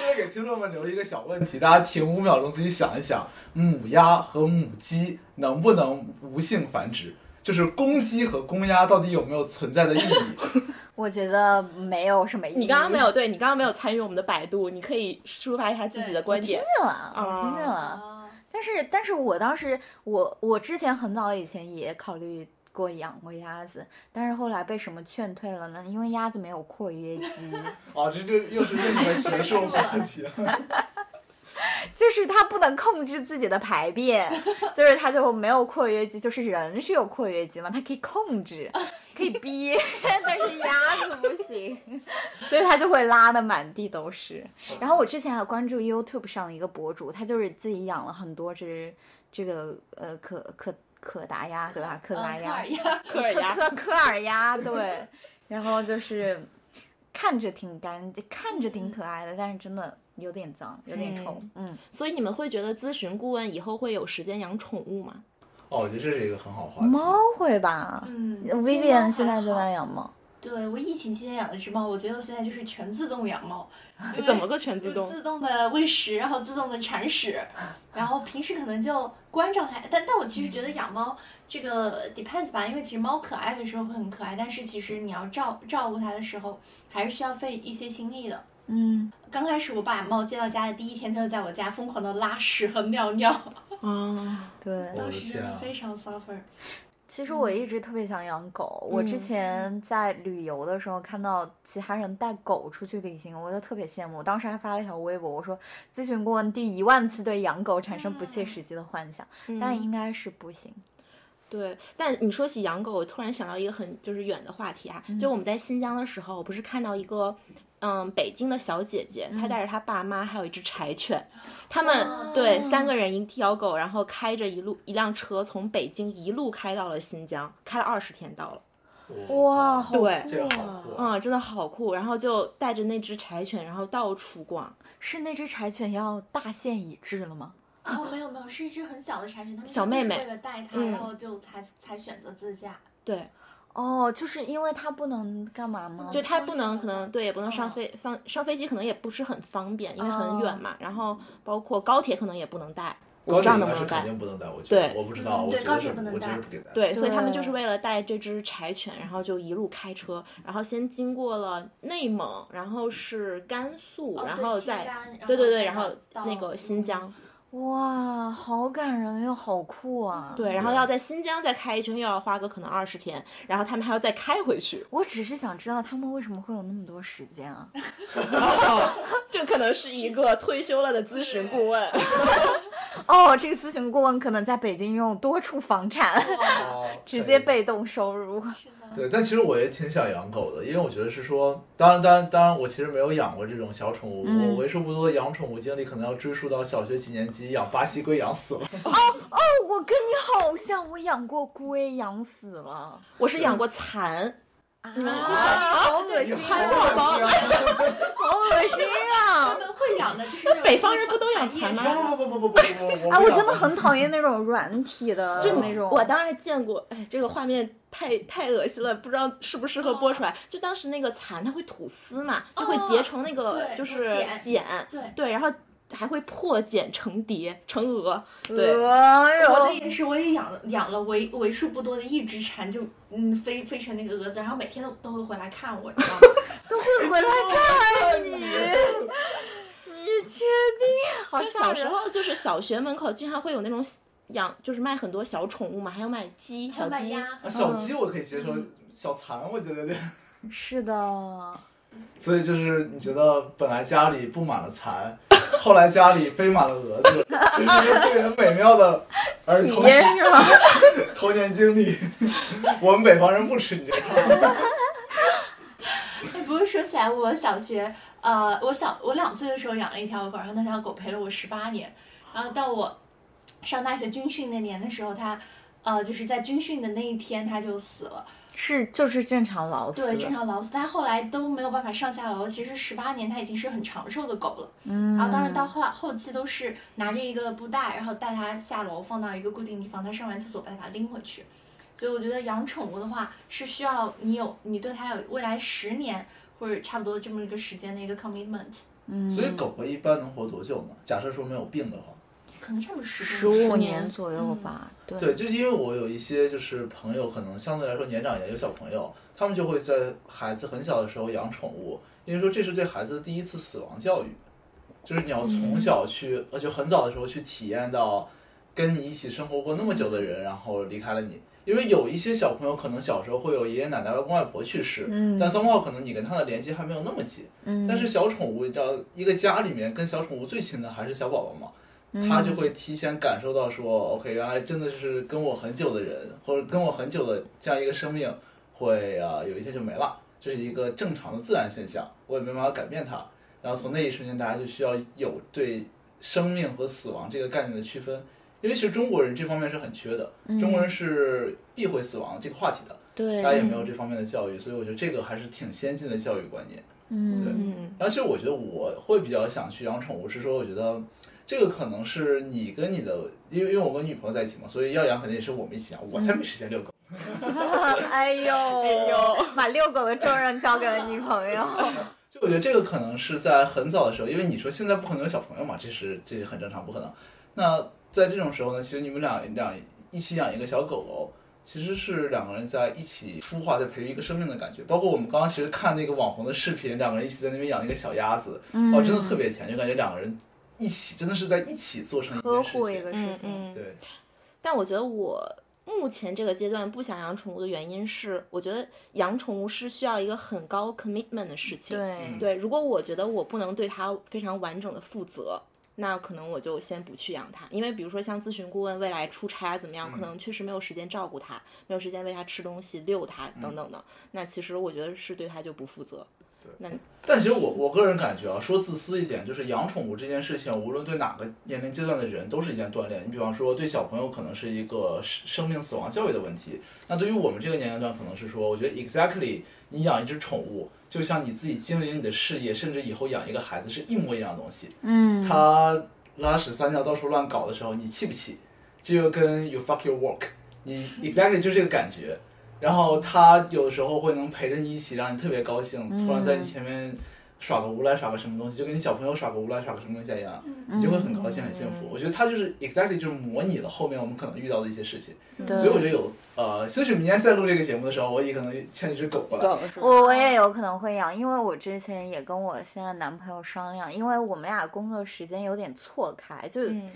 这是给听众们留一个小问题，大家停五秒钟自己想一想，母鸭和母鸡能不能无性繁殖？就是公鸡和公鸭到底有没有存在的意义？
我觉得没有什么意义。
你刚刚没有对你刚刚没有参与我们的百度，你可以抒发一下自己的观点。
听见了，我听见了。
啊，
但是，但是我当时，我我之前很早以前也考虑过养过鸭子，但是后来被什么劝退了呢？因为鸭子没有括约肌，
啊，这这又是另一个学术话题了。
就是它不能控制自己的 排便，就是它就没有括约肌。就是人是有括约肌嘛，它可以控制，可以憋，但是鸭子不行， 所以它就会拉的满地都是。然后我之前还关注 YouTube 上的一个博主，他就是自己养了很多只这个呃可可可达鸭，对吧？可达
嗯，科
鸭
尔，鸭，
科尔 鸭，
科科尔鸭，对。 然后就是看着挺干净，看着挺可爱的，但是真的有点脏，有点臭。嗯，
所以你们会觉得咨询顾问以后会有时间养宠物吗？
哦，我觉得这是一个很好的话题。
猫会吧？
嗯
Vivian 嗯现在
就
正在养猫，
对我疫情期间养了只猫，我觉得我现在就是全自动养猫，因为
怎么个全自
就
动？
自动的喂食，然后自动的铲屎，然后平时可能就关照它。但但我其实觉得养猫这个 depends 吧，因为其实猫可爱的时候会很可爱，但是其实你要照照顾它的时候，还是需要费一些心力的。
嗯，
刚开始我把猫接到家的第一天，它就在我家疯狂的拉屎和尿尿，
啊，
对。
我
当
的
时真
天
的
啊
非常 suffer。
其实我一直特别想养狗。我之
嗯
前在旅游的时候看到其他人带狗出去旅行，我就特别羡慕。我当时还发了一条微博，我说咨询顾问第一万次对养狗产生不切实际的幻想，
嗯
但应该是不行。
对，但你说起养狗，我突然想到一个很就是远的话题啊，就我们在新疆的时候，我不是看到一个。嗯，北京的小姐姐，她带着她爸妈，还有一只柴犬，他
哦啊
们对三个人一条狗，然后开着一路一辆车从北京一路开到了新疆，开了二十天到了，
哇，好
对
这个
酷
好
啊
酷啊！
嗯，真的好酷。然后就带着那只柴犬，然后到处逛，
是那只柴犬要大限已至了吗？
哦，没有没有，是一只很小的柴犬，它们
小妹
就
妹
是为了带它，
嗯
然后就才才选择自驾。
对，
哦，就是因为它不能干嘛吗？
就
嗯
他
方
不
便
能，
好
可能
像
对，也不能上
嗯
飞放上飞机，可能也不是很方便，因为很远
哦
嘛。然后包括高铁可能也不能带，我
高
不知
铁
道
应
能
该
不
是
能
肯
带。
定不能带，我觉得
对
我不知道，
嗯
我
对
觉
高
得
铁
是
不能
我觉得
带
是不给带。
对，所以他们就是
对
为了带这只柴犬，然后就一路开车，然后先经过了内蒙，然后是甘肃，
哦
然
对
后
青
再
甘
对对对，
再
然后
到
那个新疆，
乌鲁木齐
哇，好感人又好酷啊！，
对，然后
对
要在新疆再开一圈，又要花个可能二十天，然后他们还要再开回去
我只是想知道他们为什么会有那么多时间啊？
这可能是一个退休了的咨询顾问。
哦，这个咨询顾问可能在北京拥有多处房产，
哦
直
可以
接被动收入。
是的，
对，但其实我也挺想养狗的，因为我觉得是说，当然，当然，当然，我其实没有养过这种小宠物，
嗯
我为数不多的养宠物经历可能要追溯到小学几年级养巴西龟养死了。
我跟你好像，我养过龟，养死了。
我是养过蚕，
你们
就
好恶心啊！
好恶心啊
好恶心啊
他！们会养的，就是那种
北方人不都养蚕吗
不 不不不不不不不不！
啊，
不
我
养
真的很讨厌那种软体 的，
就
那种。
嗯我当然见过，哎，这个画面太太恶心了，不知道适不适合播出来。就当时那个蚕，它会吐丝嘛，就会结成那个、
对
就是
茧对
对，然后还会破茧成蝶成蛾，对。
哎
我
哦
的
呦，
也是，我也养了养了为为数不多的一只蝉，就嗯飞飞成那个蛾子，然后每天都都会回来看我，你 知道吗？
都会回来看你。你确定？好
就小
吓
时
人。
候就是小学门口经常会有那种养，就是卖很多小宠物嘛，还有卖鸡、
还有
小
卖
鸡。
鸭
啊小鸡我可以接受，小蚕我觉得有点。
是的，
所以就是你觉得本来家里布满了蚕，后来家里飞满了蛾子，这是一个特别美妙的儿
体
童
验是吗？
童年经历。我们北方人不吃你这套。
哎 不是说起来，我小学呃，我小我两岁的时候养了一条狗，然后那条狗陪了我十八年，然后到我上大学军训那年的时候，它呃就是在军训的那一天它就死了。
是，就是正常老死。
对，正常劳斯，它后来都没有办法上下楼。其实十八年它已经是很长寿的狗了。嗯，然后当然到后来后期都是拿着一个布袋，然后带它下楼，放到一个固定地方，它上完厕所把它拎回去。所以我觉得养宠物的话是需要你有你对它有未来十年或者差不多这么一个时间的一个 commitment，
嗯
所以狗狗一般能活多久呢？假设说没有病的话。
可能差不多十
十
多年
五
15
年
年
左右吧。对
对，就是因为我有一些就是朋友，可能相对来说年长一点有小朋友，他们就会在孩子很小的时候养宠物，因为说这是对孩子的第一次死亡教育，就是你要从小去，呃，就很早的时候去体验到跟你一起生活过那么久的人，然后离开了你。因为有一些小朋友可能小时候会有爷爷奶奶、外公外婆去世，
嗯
但三号可能你跟他的联系还没有那么紧。
嗯
但是小宠物，你知道，一个家里面跟小宠物最亲的还是小宝宝嘛，他就会提前感受到说，OK，原来真的是跟我很久的人，或者跟我很久的这样一个生命，会呃有一天就没了，这是一个正常的自然现象，我也没办法改变它。然后从那一瞬间，大家就需要有对生命和死亡这个概念的区分，因为其实中国人这方面是很缺的，中国人是避讳死亡这个话题的，
对
大家也没有这方面的教育，所以我觉得这个还是挺先进的教育观念。
嗯，
然后其实我觉得我会比较想去养宠物，是说我觉得这个可能是你跟你的，因为因为我跟女朋友在一起嘛，所以要养肯定也是我们一起养，我
嗯
才没时间遛狗。
哎呦，哎
呦，
把遛狗的重任交给了女朋友。
哦就我觉得这个可能是在很早的时候，因为你说现在不可能有小朋友嘛，这是这是很正常，不可能。那在这种时候呢，其实你们俩俩一起养一个小狗狗，其实是两个人在一起孵化，在培育一个生命的感觉。包括我们刚刚其实看那个网红的视频，两个人一起在那边养一个小鸭子，
嗯
哦，真的特别甜，就感觉两个人一起真的是在一起做成一
呵
件事
护一
情。
个事
嗯
情，
嗯，
对，
但我觉得我目前这个阶段不想养宠物的原因是，我觉得养宠物是需要一个很高 commitment 的事
嗯
情。
对，
对，如果我觉得我不能对它非常完整的负责，那可能我就先不去养它，因为比如说像咨询顾问未来出差啊怎么样，
嗯
可能确实没有时间照顾它，没有时间喂它吃东西、遛它
嗯
等等的。那其实我觉得是对它就不负责。
但其实我我个人感觉啊，说自私一点，就是养宠物这件事情，无论对哪个年龄阶段的人，都是一件锻炼。你比方说，对小朋友可能是一个生生命死亡教育的问题，那对于我们这个年龄段，可能是说，我觉得 exactly，你养一只宠物，就像你自己经营你的事业，甚至以后养一个孩子是一模一样的东西。
嗯，
他拉屎撒尿到处乱搞的时候，你气不气？这就跟 you fuck your work，你 exactly 就这个感觉。然后他有的时候会能陪着你一起，让你特别高兴，
嗯
突然在你前面耍个无赖，耍个什么东西，就跟你小朋友耍个无赖，耍个什么东西一样，
嗯
嗯
你就会很高兴、很幸福。我觉得他就是 exactly 就是模拟了后面我们可能遇到的一些事情，
对
嗯
所以我觉得有呃，兴许明年再录这个节目的时候，我也可能牵一只狗过来。
我我
嗯
也有可能会养，因为我之前也跟我现在男朋友商量，因为我们俩工作时间有点错开，就、
嗯，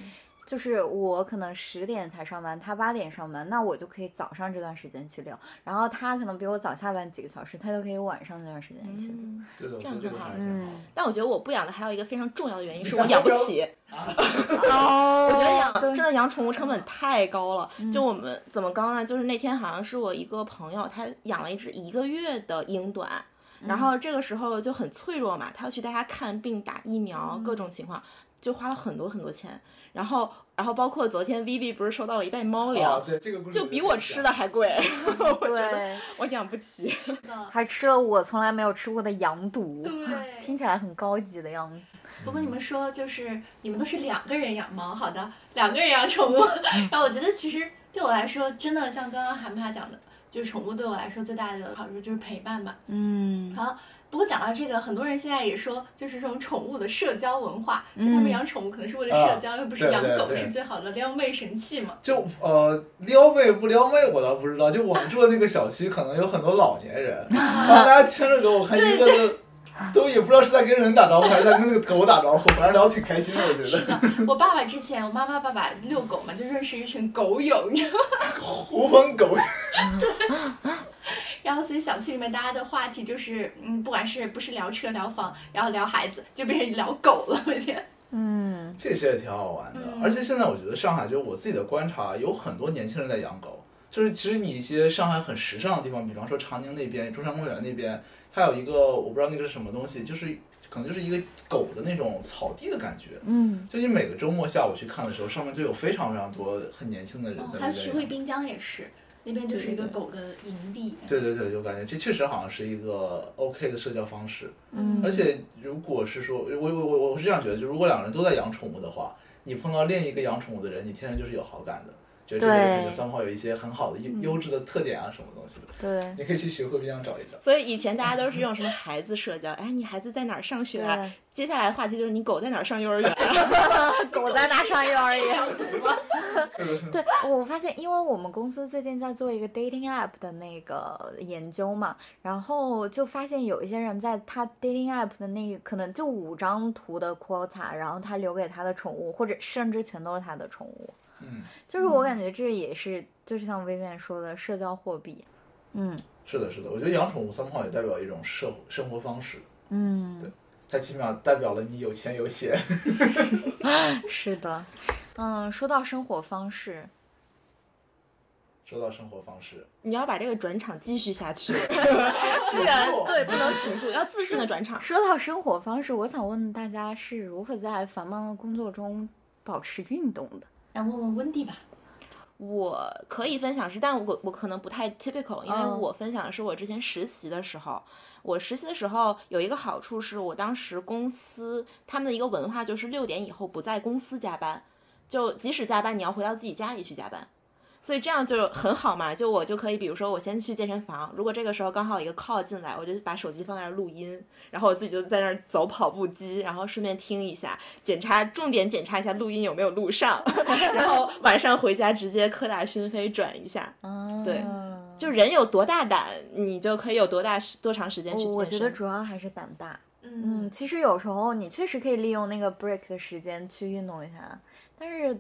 就是我可能十点才上班，他八点上班，那我就可以早上这段时间去遛，然后他可能比我早下班几个小时，他就可以晚上这段时间去
嗯
对
遛。
的，我
这
觉
样
得这
很
个
好
还是挺好的
嗯，
但我觉得我不养的还有一个非常重要的原因是
你
我
想
养不
要
起。
哦，
我觉得养
对嗯
真的养宠物成本太高了。就我们怎么高呢？就是那天好像是我一个朋友，他养了一只一个月的英短。
嗯
然后这个时候就很脆弱嘛，他要去带它看病、打疫苗，
嗯
各种情况就花了很多很多钱。然后，然后包括昨天 Vivi 不是收到了一袋猫粮，
啊，对这个故事
嗯就比我吃的还贵，我觉得
对，
我养不起。
还吃了我从来没有吃过的羊肚，
对，
听起来很高级的样子。
不过你们说就是你们都是两个人养猫，好的，两个人养宠物。
嗯
然后我觉得其实对我来说，真的像刚刚韩帕讲的，就是宠物对我来说最大的好处就是陪伴吧。
嗯
然后不过讲到这个，很多人现在也说，就是这种宠物的社交文化，就他们养宠物可能是为了社交，又不是
嗯啊对
养
对
狗
对
是最好的撩妹神器嘛。
就呃撩妹不撩妹我倒不知道，就我们住的那个小区可能有很多老年人，然后大家牵着狗，我看一个个都也不知道是在跟人打招呼还是在跟那个狗打招呼，反正聊得挺开心的，我觉得。
我爸爸之前，我妈妈爸爸遛狗嘛，就认识一群狗友，你知道吗？
狐朋狗友，
然后所以小区里面大家的话题就是，嗯，不管是不是聊车聊房，然后聊孩子，就变成聊狗了，每天。
嗯，
这些也挺好玩的。而且现在我觉得上海，就是我自己的观察，有很多年轻人在养狗。就是其实你一些上海很时尚的地方，比方说长宁那边、中山公园那边，它有一个我不知道那个是什么东西，就是可能就是一个狗的那种草地的感觉。
嗯，
就你每个周末下午去看的时候，上面就有非常非常多很年轻的人在
哦还
那
有徐汇
边。
滨江也是，那边就是一个狗的营地。
对对对，就感觉这确实好像是一个 OK 的社交方式。
嗯
而且如果是说，我我我我是这样觉得，就如果两个人都在养宠物的话，你碰到另一个养宠物的人，你天生就是有好感的，觉得这个人
对
这个三炮有一些很好的
嗯
优优质的特点啊，什么东西的，
对。
你可以去徐汇滨江找一找。
所以以前大家都是用什么孩子社交，哎，你孩子在哪儿上学 啊
对？
接下来的话题就是你狗在哪儿上幼儿园啊？
狗在哪上幼儿 园？
这个是
对，我发现，因为我们公司最近在做一个 dating app 的那个研究嘛，然后就发现有一些人在他 dating app 的那个可能就五张图的 quota，然后他留给他的宠物，或者甚至全都是他的宠物。
嗯，
就是我感觉这也是，就是像薇薇说的，社交货币。嗯
是的，是的，我觉得养宠物三炮也代表一种社会生活方式，
嗯，
它起码代表了你有钱有闲。
是的。嗯，说到生活方式，
周到生活方式。
你要把这个转场继续下去，
是啊，
对，不能 停住，要自信的转场。
说到生活方式，我想问大家是如何在繁忙的工作中保持运动的？
来问问温蒂吧。
我可以分享是，但我我可能不太 typical，因为
嗯
我分享的是我之前实习的时候。我实习的时候有一个好处是，我当时公司他们的一个文化就是六点以后不在公司加班，就即使加班，你要回到自己家里去加班。所以这样就很好嘛，就我就可以，比如说我先去健身房，如果这个时候刚好有一个 call 进来，我就把手机放在那儿录音，然后我自己就在那儿走跑步机，然后顺便听一下，检查重点检查一下录音有没有录上， 然后晚上回家直接科大讯飞转一下。
啊
对就人有多大胆，你就可以有多大时多长时间去
哦我
健身。
我觉得主要还是胆大。
嗯
嗯，，其实有时候你确实可以利用那个 break 的时间去运动一下，但是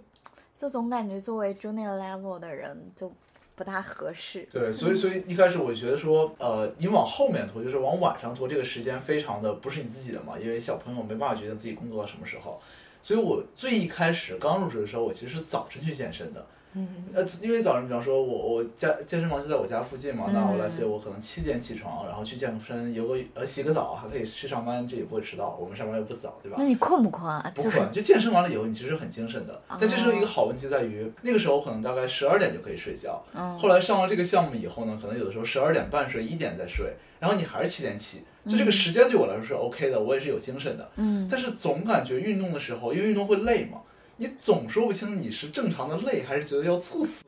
就总感觉作为 junior level 的人就不大合适。
对，所以所以一开始我觉得说，呃，你往后面拖，就是往晚上拖，这个时间非常的不是你自己的嘛，因为小朋友没办法决定自己工作到什么时候。所以我最一开始刚入职的时候，我其实是早晨去健身的。嗯，呃，因为早晨，比方说我我家健身房就在我家附近嘛，那我来写，我可能七点起床，然后去健身，游个呃洗个澡，还可以去上班，这也不会迟到。我们上班又不早，对吧
那？你困不困啊？
不
就
困，
是
就健身完了以后，你其实很精神的。但这时候一个好问题在于，那个时候可能大概十二点就可以睡觉。
嗯
后来上了这个项目以后呢，可能有的时候十二点半睡，一点再睡，然后你还是七点起。就这个时间对我来说是 OK 的，我也是有精神的。
嗯
但是总感觉运动的时候，因为运动会累嘛，你总说不清你是正常的累，还是觉得要猝死。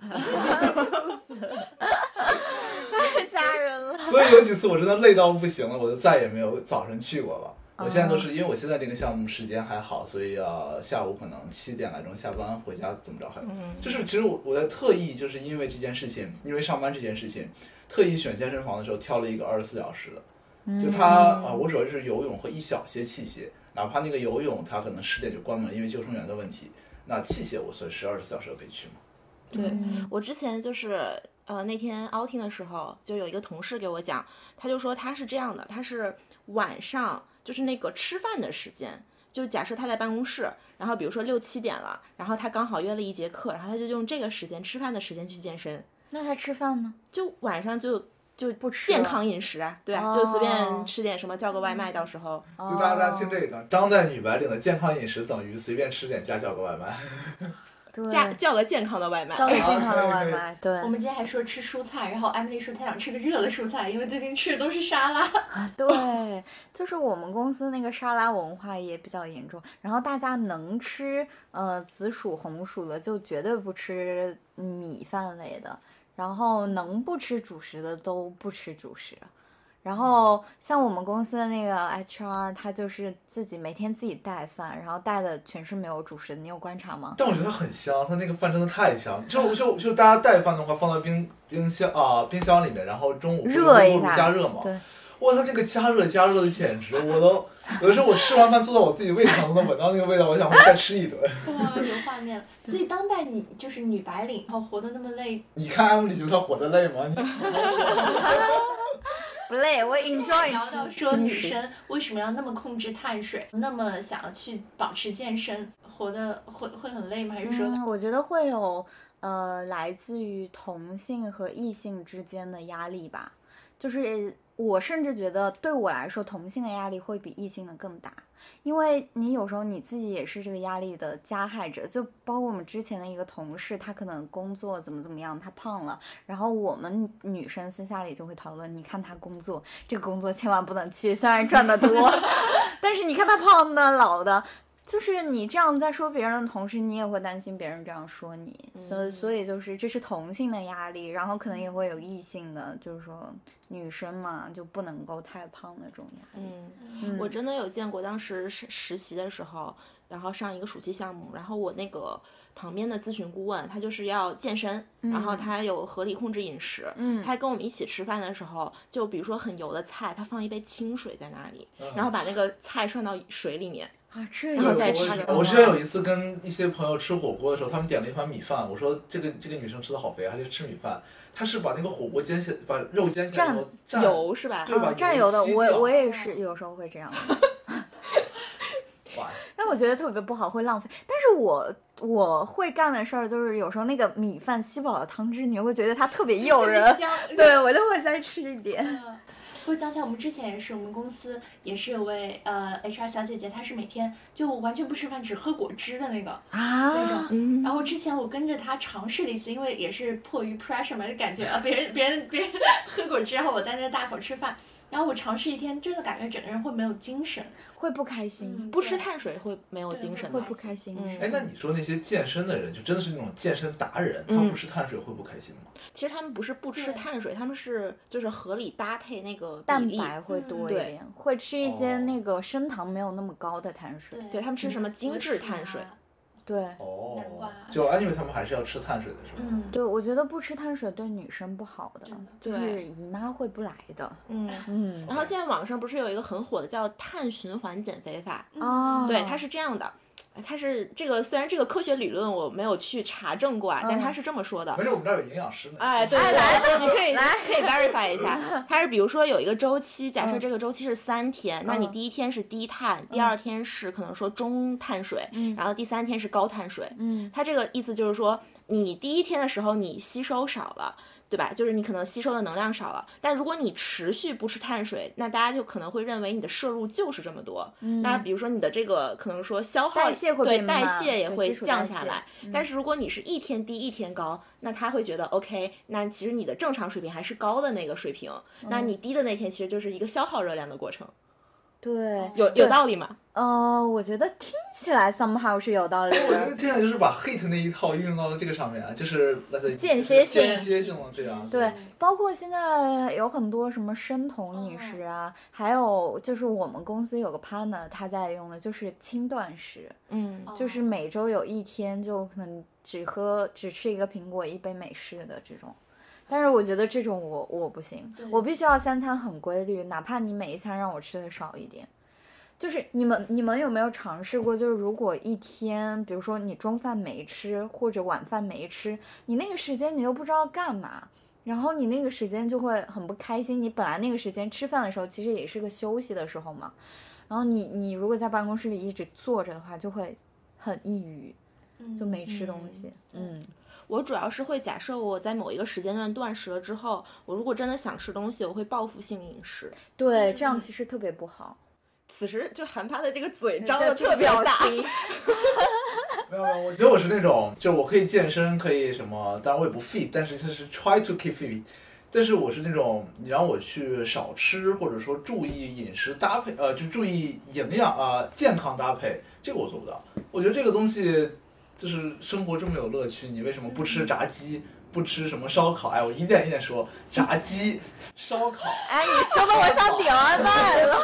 太吓人 了。
所以有几次我真的累到不行了，我就再也没有早晨去过了。我现在都是因为我现在这个项目时间还好，所以呃下午可能七点来钟下班回家怎么着还，就是其实我我在特意就是因为这件事情，因为上班这件事情，特意选健身房的时候挑了一个二十四小时的，就它啊、呃我主要就是游泳和一小些器械，哪怕那个游泳它可能十点就关门，因为救生员的问题，那器械我算是二十四小时都可以去嘛。
对、
嗯
我之前就是呃那天 outing 的时候，就有一个同事给我讲，他就说他是这样的，他是晚上就是那个吃饭的时间。就假设他在办公室，然后比如说六七点了，然后他刚好约了一节课，然后他就用这个时间吃饭的时间去健身，
那他吃饭呢？
就晚上就就不
吃
健
了
康饮食啊，对啊，
哦
就随便吃点什么，叫个外卖，到时候
就大家大家听这一段，当代女白领的健康饮食等于随便吃点加叫个外卖。
哦对，
加哦叫嗯个健康的外卖。
交给
好
健康
可
的
以
外
可以
卖。对
我们今天还说吃蔬菜，然后艾米丽说她想吃个热的蔬菜，因为最近吃的都是沙拉。
对，就是我们公司那个沙拉文化也比较严重，然后大家能吃呃紫薯、红薯的就绝对不吃嗯米饭类的，然后能不吃主食的都不吃主食。然后像我们公司的那个 HR，他就是自己每天自己带饭，然后带的全是没有主食的。你有观察吗？
但我觉得它很香，它那个饭真的太香。就就就大家带饭的话，放到冰冰箱啊、冰箱里面，然后中午不是
热
微
一
波
下，
炉加热嘛。
对，
哇，它那个加热加热的简直，我都有的时候我吃完饭坐到我自己位置上都能闻到那个味道，我想回去再吃一顿。
哇，有画面了。所以当代女就是女白领，然后活得那么累，
你看艾米丽觉得她活得累吗？ 你
不累，我 enjoy
聊到
吃
说
轻
女
食
生为什么要那么控制碳水，那么想要去保持健身，活得会会很累吗？还是说
嗯，我觉得会有呃，来自于同性和异性之间的压力吧。就是我甚至觉得，对我来说，同性的压力会比异性的更大，因为你有时候你自己也是这个压力的加害者。就包括我们之前的一个同事，他可能工作怎么怎么样，他胖了，然后我们女生私下里就会讨论，你看他工作，这个工作千万不能去，虽然赚得多， 但是你看他胖的、老的，就是你这样在说别人的同时，你也会担心别人这样说你，
嗯
所以所以就是这是同性的压力，然后可能也会有异性的，就是说女生嘛就不能够太胖的这种压力。
嗯，我真的有见过，当时实实习的时候，然后上一个暑期项目，然后我那个旁边的咨询顾问，他就是要健身，然后他有合理控制饮食，
嗯
他跟我们一起吃饭的时候，就比如说很油的菜，他放一杯清水在那里，
嗯
然后把那个菜涮到水里面，
啊，这
然后
样
再
在
吃
吃
的
我我之前有一次跟一些朋友吃火锅的时候，他们点了一盘米饭，我说这个这个女生吃的好肥，还是吃米饭？她是把那个火锅煎起，把肉煎起来以后蘸
油是吧？嗯
对吧
啊占有的，
吸
我
掉
我也是有时候会这样。
哇
但我我觉得特别不好，会浪费。但是我我会干的事儿就是，有时候那个米饭吸饱了汤汁，你会觉得它特别诱
特别
嗯人，
香，
对我就会再吃一点。
嗯，不过讲起来，我们之前也是，我们公司也是有位呃 HR 小姐姐，她是每天就完全不吃饭，只喝果汁的那个那种
啊，。
嗯
然，后之前我跟着她尝试了一次，因为也是迫于 pressure 嘛，就感觉啊别人别人别人喝果汁，然后我在那儿大口吃饭。然后我尝试一天，真的感觉整个人会没有精神。
会不开心，
嗯
不吃
对
碳水会没有
对
精神
会
的
会。
不开心。
嗯
哎，那你说那些健身的人，就真的是那种健身达人，他
嗯
不吃碳水会不开心吗？
其实他们不是不吃
对
碳水，他们是就是合理搭配那个比
蛋
例
白会
嗯
多一
对
点，会吃一些
哦
那个升糖没有那么高的碳水。
对他们吃什
嗯
么精致碳水
对
哦
南瓜，
就 anyway 他们还是要吃碳水的是吗？
嗯，
对，我觉得不吃碳水对女生不好的
真的，
就是
对
姨妈会不来的。
嗯。
嗯
然后现在网上不是有一个很火的叫碳循环减肥法？
哦，
对，它是这样的，它是这个虽然这个科学理论我没有去查证过啊，但它
嗯
是这么说的
没。事，我们这儿有营养师呢。
哎，对，
哎来
对你可以可以 verify 一 下，它是比如说有一个周期，假设
嗯
这个周期是三天，那你
嗯
第一天是低碳，第二天是可能说中碳水，
嗯
然后第三天是高碳水，
嗯
它这个意思就是说，你第一天的时候你吸收少了，对吧？就是你可能吸收的能量少了，但如果你持续不吃碳水，那大家就可能会认为你的摄入就是这么多。那比如说你的这个可能说消耗
代谢会
对
变
嗯代
慢
谢也嗯
对
会
基础
降
代
下
谢
来。但是如果你是一天低一天高，那他会觉得 OK，那其实你的正常水平还是高的那个水平，那你低的那天其实就是一个消耗热量的过程，
对，
有有
对
道理吗？
呃，我觉得听起来 somehow 是有道理
我 觉得
的。
现在就是把 hate 那一套运用到了这个上面啊，就是那在
间歇性
间歇性的这
嗯
样子。
对，包括现在有很多什么生酮饮
嗯
食啊，还有就是我们公司有个 partner 他在用的就是轻断食，
嗯
就是
哦
每周有一天就可能只喝只吃一个苹果一杯美式的这种。但是我觉得这种我我不行
对，
我必须要三餐很规律，哪怕你每一餐让我吃的少一点。就是你们你们有没有尝试过？就是如果一天，比如说你中饭没吃或者晚饭没吃，你那个时间你又不知道干嘛，然后你那个时间就会很不开心。你本来那个时间吃饭的时候其实也是个休息的时候嘛，然后你你如果在办公室里一直坐着的话，就会很抑郁，就没吃东西。嗯，
我主要是会假设我在某一个时间段断食了之后，我如果真的想吃东西，我会报复性饮食。
对，这样其实特别不好。
此时就韩趴的这个嘴
嗯
张
这
的
这个
特别
表
大，
情
没有没有，我觉得我是那种，就是我可以健身，可以什么，当然我也不 fit，但是就是 try to keep fit。但是我是那种，你让我去少吃，或者说注意饮食搭配，呃，就注意营养啊、健康搭配，这个我做不到。我觉得这个东西就是生活这么有乐趣，你为什么不吃炸鸡，不吃什么烧烤？哎，我一点一点说，炸鸡、烧烤，
哎，你说的我想点外卖了。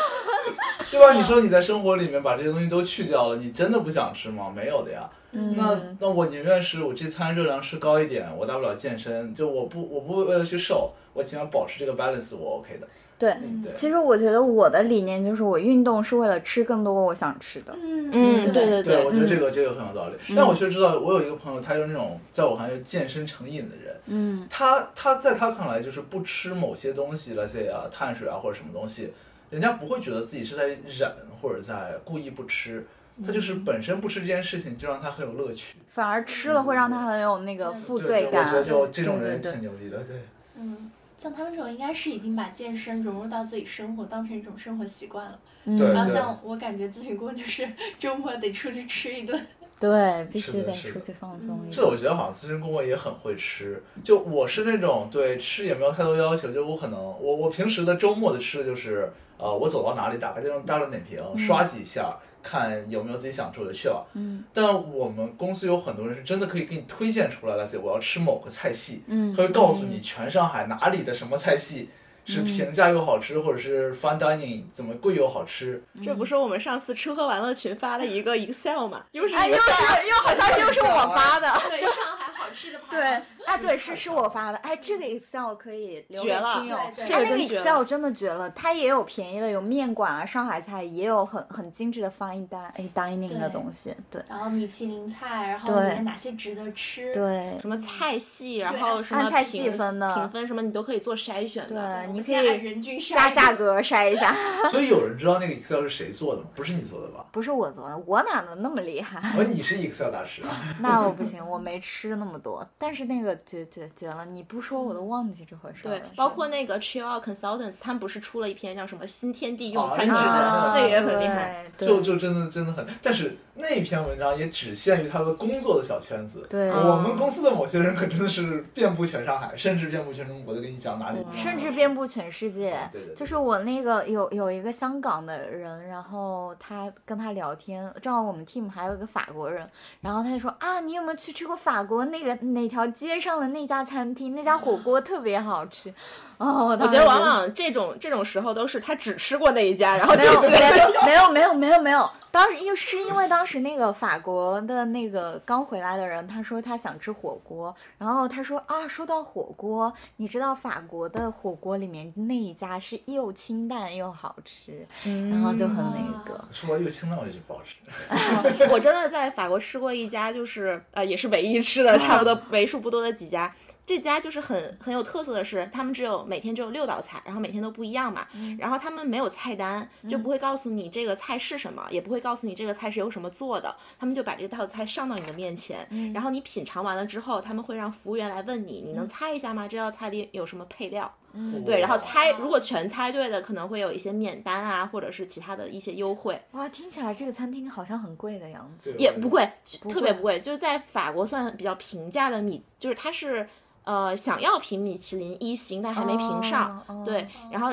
对吧？你说你在生活里面把这些东西都去掉了，你真的不想吃吗？没有的呀。那
嗯，
那我宁愿是我这餐热量吃高一点，我大不了健身，就我不我不为了去瘦，我起码保持这个 balance 我 OK 的，
对。
嗯对。
其实我觉得我的理念就是，我运动是为了吃更多我想吃的。
嗯
嗯，
对
对
对，我觉得这个这个很有道理。
嗯
但我确实知道，我有一个朋友，他就是那种在我看来就是健身成瘾的人。
嗯，
他他在他看来就是不吃某些东西那些啊碳水啊或者什么东西，人家不会觉得自己是在忍或者在故意不吃，他就是
嗯
本身不吃这件事情就让他很有乐趣。
反而吃了会让他很有那个
对
负
对
罪
对
感
我觉。得就这种
对
人
对对
挺牛逼的，对。
嗯，像他们这种应该是已经把健身融入到自己生活，当成一种生活习惯了。
嗯
对
然后像我感觉咨询过，就是 周末得出去吃一顿。
对，必
是
须
的
得
是的
出去放松一
这
下。
我觉得好像咨询顾问也很会吃，就我是那种对吃也没有太多要求，就我可能我我平时的周末的吃的就是，呃，我走到哪里打开这种大众点评刷几下，看有没有自己想吃我就去了。
嗯
但我们公司有很多人是真的可以给你推荐出来那些我要吃某个菜系，
嗯嗯
他会告诉你全上海哪里的什么菜系是平价又好吃，或者是 fine dining 怎么贵又好 吃。
嗯
这不是我们上次吃喝玩乐群发了一个 Excel 嘛，又是
哎，
一
又
个啊
是又好像又是我发的。
对，上海好吃的
对，
盘。
哎，啊，对，是是我发的。哎，这个 Excel 可以留给
绝了
听友。
对对
它
这
那
个
个
真绝了
Excel 真的绝了，它也有便宜的，有面馆啊、上海菜，也有很很精致的 fine din- eh, dining 的
对
东西。对
然后米其林菜，然后
对
里面哪些值得吃？
对
什么菜系，然
对
后
按
什么
按菜
评
细分的
评分什么，你都可以做筛选的。
我
对，你
们
可
先按
以
人均筛
加价
嘛。
格筛一 下。
所以有人知道那个 Excel 是谁做的吗？不是你做的吧？
不是我做的，我哪能那么厉 害？
哦，你是 Excel 大师啊！
那我不行，我没吃那么多。但是那个绝绝绝了，你不说我都忘记这回事儿
对
了。，
包括那个 Chill Out Consultants，他们不是出了一篇叫什么“新天地用餐指
那个
南”，
啊，
那个也很厉害。
对。
就
对
就真的真的很，但是那篇文章也只限于他的工作的小圈子。
对
我们公司的某些人可真的是遍布全上海，甚至遍布全中国的，跟你讲哪里
哇，
甚至遍布全世界。
对对对
就是我那个有有一个香港的人，然后他跟他聊天，正好我们 team 还有一个法国人，然后他就说啊，你有没有去吃过法国那个哪条街上的那家餐厅？那家火锅特别好吃。哦，我
我
当
觉
时
得往往这种这种时候都是他只吃过那一家，然后就
没有
觉得
没有没有没有没有没有，当时因为是因为当时那个法国的那个刚回来的人，他说他想吃火锅，然后他说啊，说到火锅，你知道法国的火锅里面那一家是又清淡又好吃，然后就很那个，
说又清淡我就觉得不好吃。
我真的在法国吃过一家，就是呃，也是唯一吃的差不多为数不多的几家。这家就是很很有特色的是，他们只有每天只有六道菜，然后每天都不一样嘛。然后他们没有菜单，就不会告诉你这个菜是什么，也不会告诉你这个菜是由什么做的。他们就把这道菜上到你的面前，然后你品尝完了之后，他们会让服务员来问你，你能猜一下吗？这道菜里有什么配料？嗯对，然后猜，如果全猜对的，可能会有一些免单啊，或者是其他的一些优惠。
哇，听起来这个餐厅好像很贵的样子。
对
也不，贵，特
贵
别不贵，就是在法国算比较平价的米，就是它是呃想要评米其林一星，但还没评上，
哦
对，然后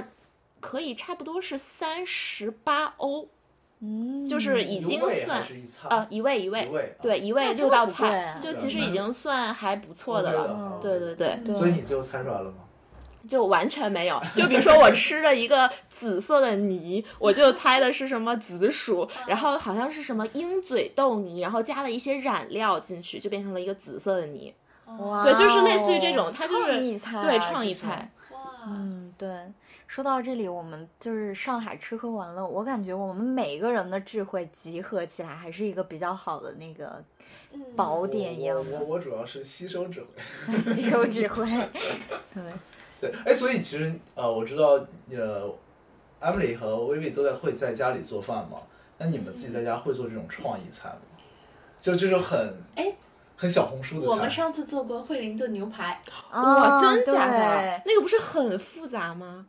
可以差不多是三十八欧，
嗯，
就是已经
一位还
算
是一餐
呃一位一位
啊一位啊
对一位
那
六
这个
道
不贵
菜
啊，
就
对
其实已
那
经算还不错的了。
嗯
对对对，
对
所以你最后猜出来了吗？
就完全没有。就比如说我吃了一个紫色的泥，我就猜的是什么紫薯，然后好像是什么鹰嘴豆泥，然后加了一些染料进去，就变成了一个紫色的泥。
嗯
哇哦，
对就是类似于这种它就是
创意菜啊、
对，创意
这种
菜。
哇，
嗯，对，说到这里，我们就是上海吃喝玩乐，我感觉我们每个人的智慧集合起来，还是一个比较好的那个
嗯
宝
我
典一样
我 我
的
我主要是吸收智慧。
吸收智慧。
对，
对，
哎，所以其实呃，我知道呃，Emily 和薇薇都在会在家里做饭嘛。那你们自己在家会做这种创意菜吗？就这种很
哎
很小红书的菜。
我们上次做过惠灵顿牛排，
哇，
啊
真假的
对？
那个不是很复杂吗？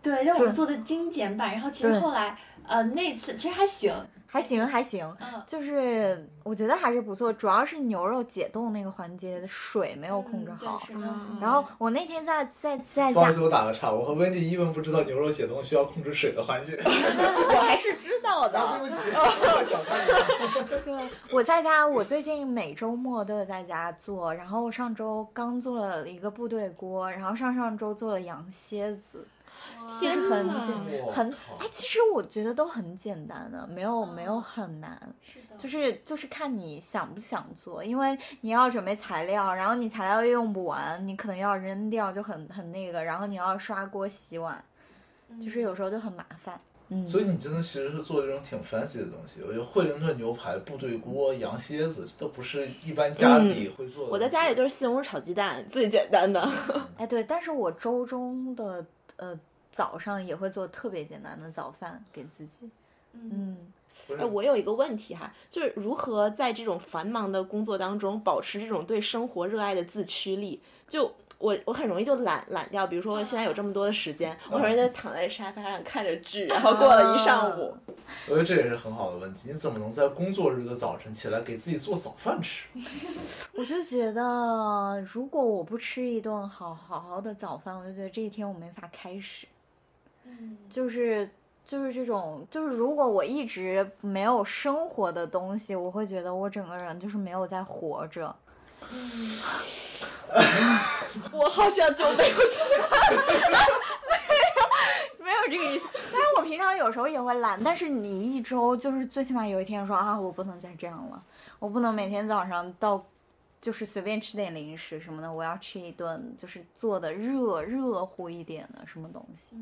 对，但我
是
们做的精简版。然后其实
对
后来，呃，那次其实还行，
还行还行，
嗯，
就是我觉得还是不错，主要是牛肉解冻那个环节的水没有控制
嗯对
好。
是没有控制
然后
嗯
我那天在在在
不好
家
意思，我打个岔，我和 Wendy 一文不知道牛肉解冻需要控制水的环 节。
我还是知道
啊，
的。
对不起，
哦
我想看 你。
对，嗯我在家，我最近每周末都有在家做，然后我上周刚做了一个部队锅，然后上上周做了羊蝎子，就
天
是很
呐
简
我
很，
靠
哎，其实我觉得都很简单的，没有没
嗯
有很难，
是的，
就是就是看你想不想做，因为你要准备材料，然后你材料又用不完，你可能要扔掉，就很很那个，然后你要刷锅洗碗，
嗯
嗯
就是有时候就很麻烦，嗯，
所以你真的其实是做这种挺 fancy 的东西。我觉得惠灵顿牛排、部队锅、羊蝎子，这都不是一般家里会做的东西、
嗯我在家里就是西红柿炒鸡蛋，最简单的。
哎，对，但是我周中的呃早上也会做特别简单的早饭给自己。
嗯，
嗯，
不是
哎，我有一个问题哈，就是如何在这种繁忙的工作当中保持这种对生活热爱的自驱力？就我，我很容易就懒懒掉，比如说我现在有这么多的时间，我很容易就躺在沙发上看着剧，然后过了一上午。
我觉得这也是很好的问题。你怎么能在工作日的早晨起来给自己做早饭吃？
我就觉得如果我不吃一顿好好好的早饭，我就觉得这一天我没法开始。
嗯
就是就是这种，就是如果我一直没有生活的东西，我会觉得我整个人就是没有在活着。
嗯，
我好像就没有
没有这个意思， 但是我平常有时候也会懒，但是你一周就是最起码有一天说啊，我不能再这样了，我不能每天早上到就是随便吃点零食什么的，我要吃一顿就是做的热热乎一点的什么东西。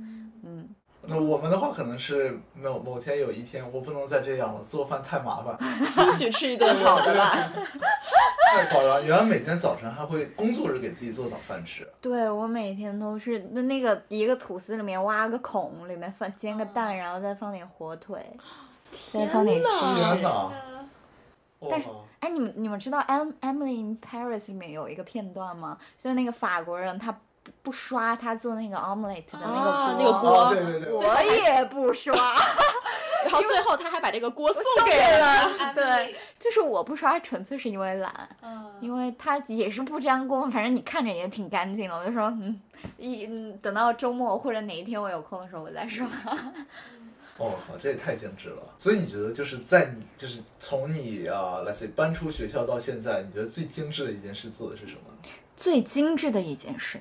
嗯，
那我们的话可能是某某天有一天，我不能再这样了，做饭太麻烦，
出去吃一顿好 的吧。
太夸张。原来每天早晨还会工作日给自己做早饭吃，
对我每天都是那那个一个吐司里面挖个孔，里面放煎个蛋，然后再放点火腿，再放点
哪
芝士
天。哪！
但是
哇哦
哎，你们你们知道《Em- Emily in Paris》里面有一个片段吗？就是那个法国人他不不刷他做那个 omelette 的那个锅，
啊那个锅
哦，对对对，
我也不刷，
然后最后他还把这个锅送 给
对
了。
了， 对，就是我不刷，纯粹是因为懒，
嗯，
因为它也是不沾锅，反正你看着也挺干净的，我就说嗯，一嗯等到周末或者哪一天我有空的时候我再刷。
哦，靠，这也太精致了。所以你觉得就是在你就是从你啊，let's say 搬出学校到现在，你觉得最精致的一件事做的是什么？
最精致的一件事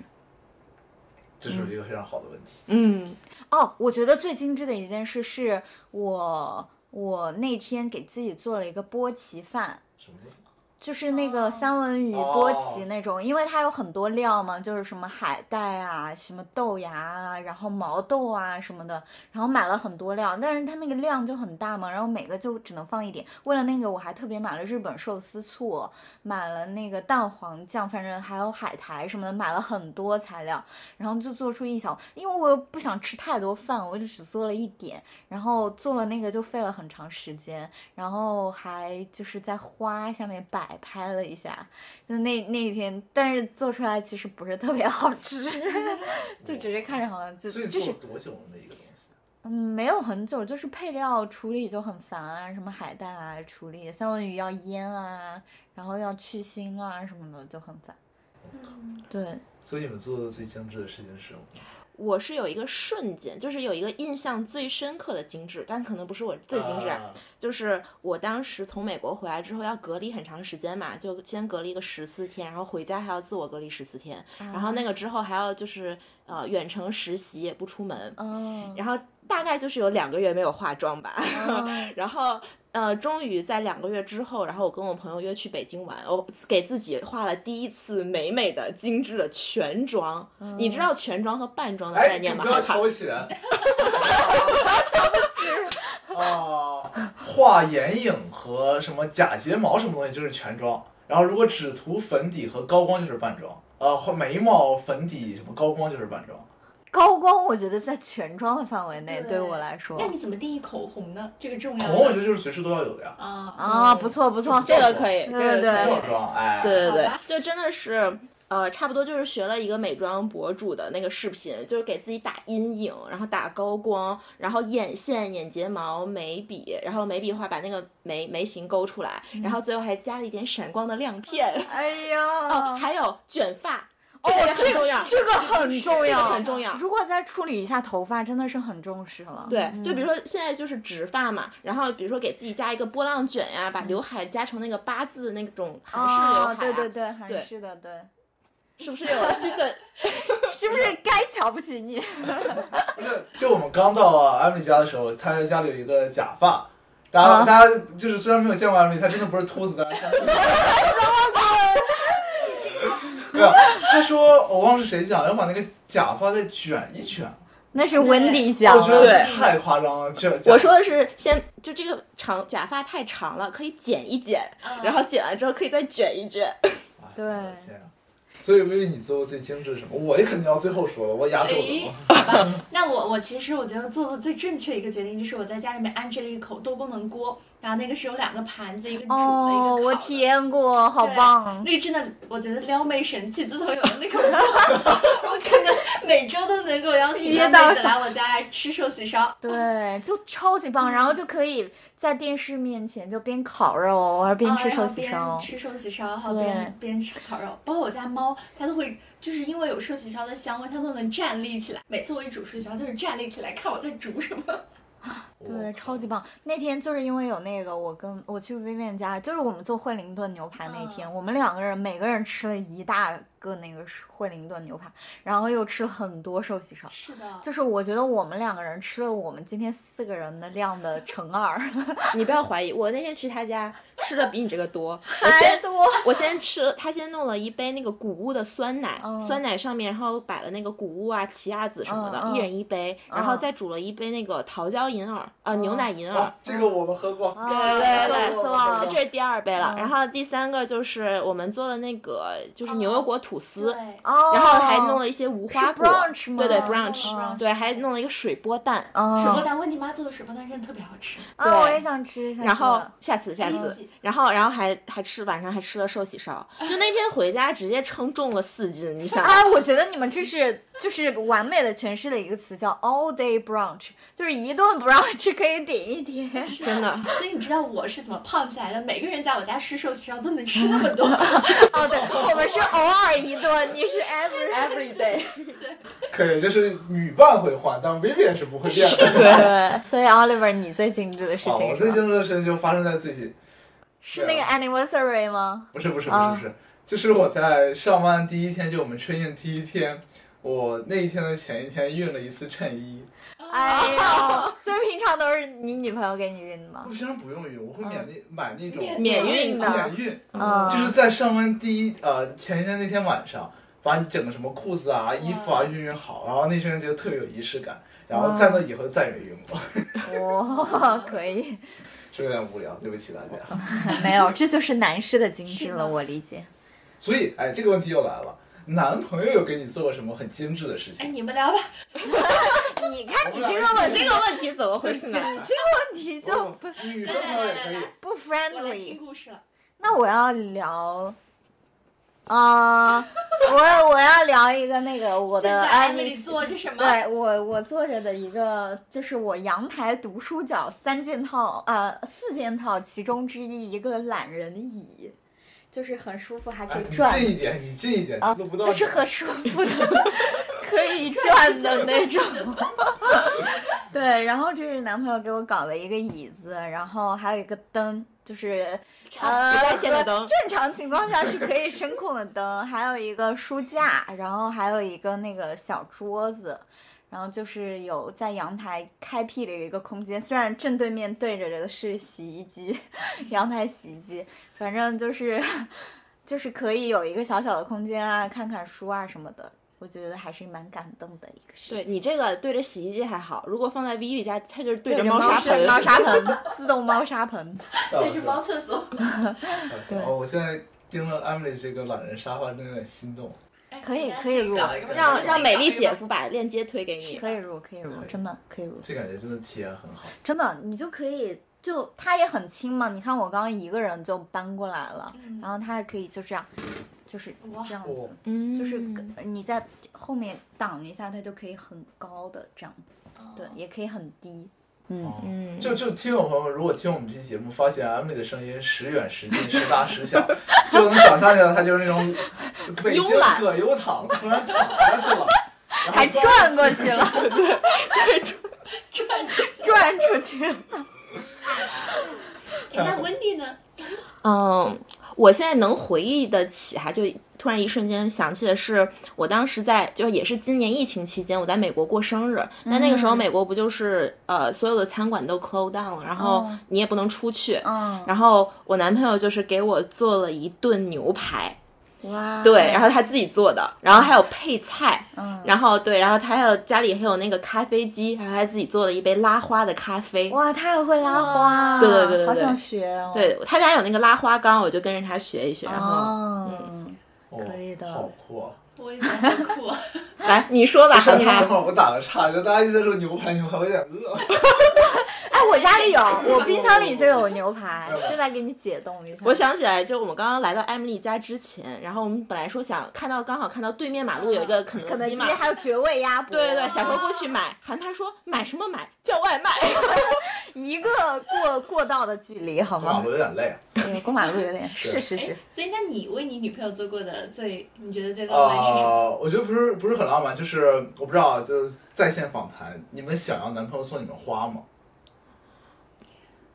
这是一个非常好的问题。
嗯，
哦，我觉得最精致的一件事是我我那天给自己做了一个波奇饭。
什么意思？
就是那个
哦
三文鱼波
哦
奇那种，因为它有很多料嘛，就是什么海带啊、什么豆芽啊、然后毛豆啊什么的，然后买了很多料，但是它那个量就很大嘛，然后每个就只能放一点。为了那个，我还特别买了日本寿司醋，买了那个蛋黄酱，反正还有海苔什么的，买了很多材料，然后就做出一小，因为我又不想吃太多饭，我就只做了一点，然后做了那个就费了很长时间，然后还就是在花下面摆拍了一下，就那那一天，但是做出来其实不是特别好吃， 就只是看着好像就
所以
就
做
是
了多久的一个东西？
嗯没有很久，就是配料处理就很烦啊，什么海带啊处理，三文鱼要腌啊，然后要去腥啊什么的就很烦。
嗯
对，
所以你们做的最精致的事情是什么？
我是有一个瞬间，就是有一个印象最深刻的精致，但可能不是我最精致，
啊
就是我当时从美国回来之后要隔离很长时间嘛，就先隔离个十四天，然后回家还要自我隔离十四天，然后那个之后还要就是呃远程实习不出门，
嗯，
然后大概就是有两个月没有化妆吧， 然后呃，终于在两个月之后，然后我跟我朋友约去北京玩，我给自己化了第一次美美的、精致的全妆。
嗯
你知道全妆和半妆的概
哎，
念
你
吗？
不要
害怕
瞧不起人。啊，画眼影和什么假睫毛什么东西就是全妆，然后如果只涂粉底和高光就是半妆，呃，画眉毛、粉底什么高光就是半妆。
高光我觉得在全妆的范围内，对
对
我来说
那你怎么定义口红呢？这个重要
口
吗。
红我觉得就是随时都要有的呀，
啊，
啊，不错不错，
这个可以，
对
这个
对
可以
不叫妆，哎，
对对对
嗯好吧，
就真的是。呃，差不多就是学了一个美妆博主的那个视频，就是给自己打阴影，然后打高光，然后眼线、眼睫毛、眉笔，然后眉笔画把那个眉眉形勾出来，
嗯
然后最后还加了一点闪光的亮片，
哎呀，
哦，还有卷发，
哦
这个也，很
这
重要。
这个很重
这
要，
个很重要
如果再处理一下头发，真的是很重视了。
对，就比如说现在就是直发嘛，然后比如说给自己加一个波浪卷呀、把刘海加成那个八字那种韩式刘海、啊
哦，对对，对，
对
韩式的，对，
是不是有 新的？
是不是该瞧不起你？
不是，就我们刚到艾米丽家的时候，她家里有一个假发，大家、
啊
大家就是虽然没有见过艾米丽，她真的不是秃子的。没有，他说我忘了是谁讲，要把那个假发再卷一卷，
那是温迪讲
我觉
的，
得
对
太夸张了。这
我说的是先就这个长假发太长了，可以剪一剪，
嗯
然后剪完之后可以再卷一卷。
哎
对
我的天啊所以薇薇，你做过最精致是什么？我也肯定要最后说了，我压轴的嘛。
那我我其实我觉得做的最正确一个决定就是我在家里面安置了一口多功能锅，然后那个是有两个盘子，一个煮的，
哦，
一个烤
我
的。
体验过，好
对
棒。
那个真的，我觉得撩妹神器。自从有了那个锅，我可能每周都能够邀请
约
撩
到
妹子
小
来我家来吃寿喜烧。
对，就超级棒，然后就可以在电视面前就边烤肉，然后边
啊
吃
然后
寿喜烧
边。吃寿喜烧，还有边边吃烤肉。包括我家猫，它都会就是因为有寿喜烧的香味，它都能站立起来。每次我一煮寿喜烧，它就站立起来看我在煮什么。
对，超级棒！那天就是因为有那个，我跟我去 Vivian 家，就是我们做惠灵顿牛排那天，我们两个人每个人吃了一大个那个惠灵顿牛排，然后又吃了很多寿喜烧。
是的，
就是我觉得我们两个人吃了我们今天四个人的量的乘 二，
你不要怀疑，我那天去他家吃的比你这个 多，我
太
先
多。
我先吃，他先弄了一杯那个谷物的酸奶，
嗯
酸奶上面然后摆了那个谷物啊、奇亚籽什么的，
嗯嗯
一人一杯，然后
嗯
再煮了一杯那个桃胶银耳啊、呃牛奶银耳。
啊，这个我们喝过。
对
对
错了
这是第二杯了，
嗯
然后第三个就是我们做了那个就是牛油果吐司，
对，
嗯哦，
然后还弄了一些无花果，
brunch 吗
对对
哦
brunch，、
brunch
对，还弄了一个水波蛋，
嗯
啊水波蛋，温蒂妈做的水波蛋真的特别好吃。
啊，我也想吃。想
然
吃
后
了
下次下次
嗯，
然后然后还还吃晚上还吃了寿喜烧，就那天回家直接称重了四斤，你想。
啊，我觉得你们这是就是完美的诠释了一个词，叫 all day brunch，就是一顿 brunch 可以顶一天。
真的，
所以你知道我是怎么胖起来的？每个人在我家吃寿喜烧都能吃 那么多，
哦，对， 我们是偶尔一顿， 你是 every every day。
可以，这是女伴会换，但 Vivian 是不会变的。
对，所以 Oliver，你最精致的事
啊，
情
我
是
最
吗
经历的事情就发生在自己，
是那个 anniversary 吗？
不是不是不是
啊
不是，就是我在上班第一天，就我们 training 第一天，我那一天的前一天熨了一次衬衣。
哎 呦，所以平常都是你女朋友给你熨的
我
吗？
平常不用熨，我会免那买那种
免
免运的
免熨，
嗯，
就是在上班第一呃前一天那天晚上，把你整个什么裤子啊、衣服啊熨熨好，然后那瞬间觉得特别有仪式感，然后在那以后再也没熨过，
哇，哦可以，
是不是有点无聊？对不起大家。
没有，这就是男士的精致了，我理解。
所以，哎，这个问题又来了，男朋友有给你做过什么很精致的事
哎，
情？
你们聊吧。
你看你
我们
这
俩
个问
是
题，你
这个问题怎么回事
这
呢？
个问题就
不哦女生朋友也可
来
以
来来来
不
我来听
friendly。
故事了。
那我要聊，啊、 我我要聊一个那个我
现
的
在
哎，
安妮
你
做着什么？
对我我坐着的一个就是我阳台读书角三件套呃四件套其中之一一个懒人椅，就是很舒服还可
啊
哎
以
你
转。
近一点，你近一点，
啊
录不，到
就是
你
很舒服的，可 以转的那种。对，然后这是男朋友给我搞了一个椅子，然后还有一个灯，就是呃
不在线的灯
正常情况下是可以声控的灯，还有一个书架，然后还有一个那个小桌子。然后就是有在阳台开辟了一个空间，虽然正对面对着的是洗衣机， 阳台洗衣机，反正就是就是可以有一个小小的空间啊，看看书啊什么的，我觉得还是蛮感动的一个事
对
情。
你这个对着洗衣机还好，如果放在 Vivi 家，它就是对
对
着
着
猫砂
砂
盆。
猫砂 盆，自动猫砂 盆。
到
对
了
着
是吧
猫厕所。
对
啊哦，我现在盯着 Emily 这个懒人沙发，真的有点心动。
哎
可以
你们
可以
自己
录
搞一个吧
让让美
你
丽姐。
们自己搞一个吧
夫把链接推给你。
可以入，可以入，真的可以入，
这感觉真的体验很好。
真的你就可以，就它也很轻嘛。你看我刚刚一个人就搬过来了，
嗯
然后它还可以就这样，就是
哇
这样
哇
子，
嗯
就是你在后面挡一下，它就可以很高的这样子，对，也可以很低。嗯，
哦
嗯，
就就听友朋友们，如果听我们这期节目，发现 Emily 的声音时远时近，时大时小，就能想象一下，她就是那种北京
慵懒
葛优躺，突然躺下去了，然后
还
突然
转过去了，嗯
转着走
转出去了。
哎 那温蒂呢？
嗯，我现在能回忆得起哈，就突然一瞬间想起的是，我当时在就也是今年疫情期间，我在美国过生日。那那个
嗯
时候美国不就是呃所有的餐馆都 close down 了，然后
哦
你也不能出去。
嗯，
然后我男朋友就是给我做了一顿牛排，
哇，
对，然后他自己做的，然后还有配菜，
嗯，
然后对，然后他还有家里还有那个咖啡机，然后他自己做了一杯拉花的咖啡。
哇，他也会拉花，
对对对对
好
对
想学哦。
对他家有那个拉花缸，我就跟着他学一学，然后嗯
哦，
哦
可以的
好酷啊！
我也觉得很酷。啊
来你说吧，
上
你来
等会儿我打个岔，就大家一直在说牛排牛排，我有点饿。
哎，我家里有，我冰箱里就有牛排，现在给你解冻一下。
我想起来，就我们刚刚来到艾米丽家之前，然后我们本来说想看到，刚好看到对面马路有一个肯
肯德
基
基
嘛，
还有绝味鸭脖，
对对对，想说过去买。韩潘说买什么买，叫外 卖。
一个过过道的距离，好
马
吗
路？有点累 啊。
对过马路有点，是 是
哎
是，，
所以那你为你女朋友做过的最，你觉得最浪漫是什么？
啊，我觉得不是不是很浪漫，就是我不知道，就是在线访谈，你们想要男朋友送你们花吗？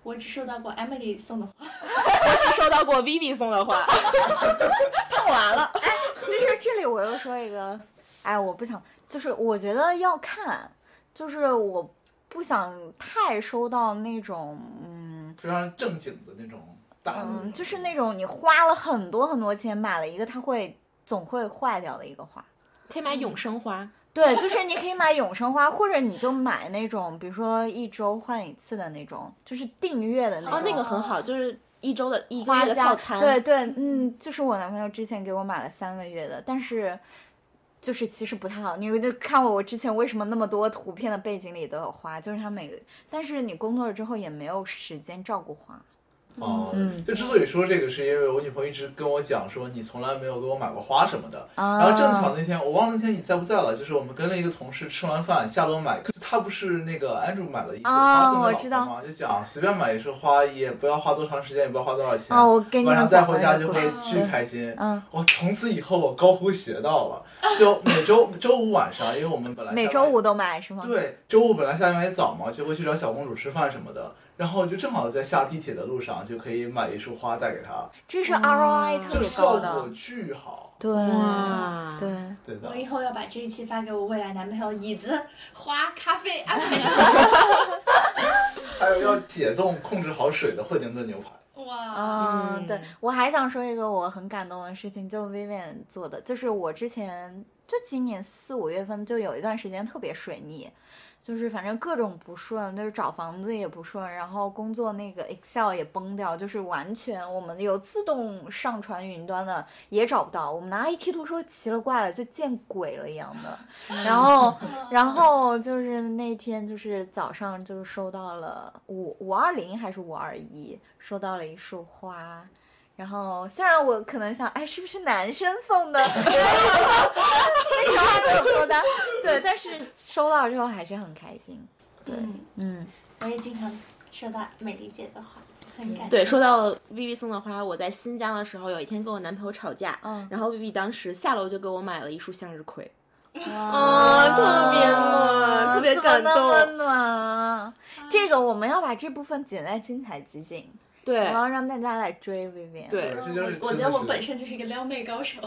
我只收到过 Emily 送的花，
我只收到过 Vivi 送的花，
碰完了。哎，其实这这里我又说一个，哎，我不想，就是我觉得要看，就是我不想太收到那种，嗯
非常正经的那种大的，
嗯，就是那种你花了很多很多钱买了一个，它会总会坏掉的一个花。
可以买永生花，
对，就是你可以买永生花，或者你就买那种，比如说一周换一次的那种，就是订阅的那种。
哦，那个很好，就是一周的一个
花
月的
架
套餐，
对，对，嗯，就是我男朋友之前给我买了三个月的，但是就是其实不太好。你就看我，我之前为什么那么多图片的背景里都有花，就是他每个，但是你工作了之后也没有时间照顾花。
哦
嗯，
就之所以说这个，是因为我女朋友一直跟我讲说，你从来没有给我买过花什么的。
啊
然后正巧那天我忘了那天你在不在了，就是我们跟了一个同事吃完饭下楼买，他不是那个 Andrew 买了一朵花
啊
送给
我
老
知
婆
道
吗？就讲随便买一束花，也不要花多长时间，也不要花多少钱。
啊，我跟你
晚上
们
带
讲
回
过
家
这
就
个故
会
事。
巨开心。
嗯，
我从此以后我高呼学到了，就每周周五晚上，因为我们本来
每
下
周
班
五都买是吗？
对，周五本来下班也早嘛，就会去找小公主吃饭什么的，然后就正好在下地铁的路上就可以买一束花带给她，
这
嗯
是 ROI 特
这
别
效
高
果
的。
巨好。
对，
哇，
对，
对的
我，以后要把这一期发给我未来男朋友，椅子、花、咖啡安排 上。
还有要解冻控制好水的惠灵顿牛排。
哇，
嗯，对
嗯，
我还想说一个我很感动的事情，就 Vivian 做的，就是我之前就今年四五月份就有一段时间特别水逆，就是反正各种不顺，就是找房子也不顺，然后工作那个 Excel 也崩掉，就是完全我们有自动上传云端的也找不到，我们拿 AT 图说奇了怪了，就见鬼了一样的，
嗯
然后。然后就是那天，就是早上就是收到了五五二零还是五二一，收到了一束花。然后虽然我可能想，哎，是不是男生送的？ 那时候还没有收到，对，但是收到之后还是很开心。对，
嗯，
嗯，
我也经常收到美丽姐的话，很感动。
对，说到 Vivi 送的花，我在新疆的时候，有一天跟我男朋友吵架，
嗯
然后 Vivi 当时下楼就给我买了一束向日葵，
啊
特别暖特别
怎么
感
那
动
么暖。啊
啊
这个我们要把这部分剪在精彩集锦，
对
然，后让大家来追 Vivian。
对
这就是
我我
真
觉得
的
我
是
本身就是一个撩妹高手，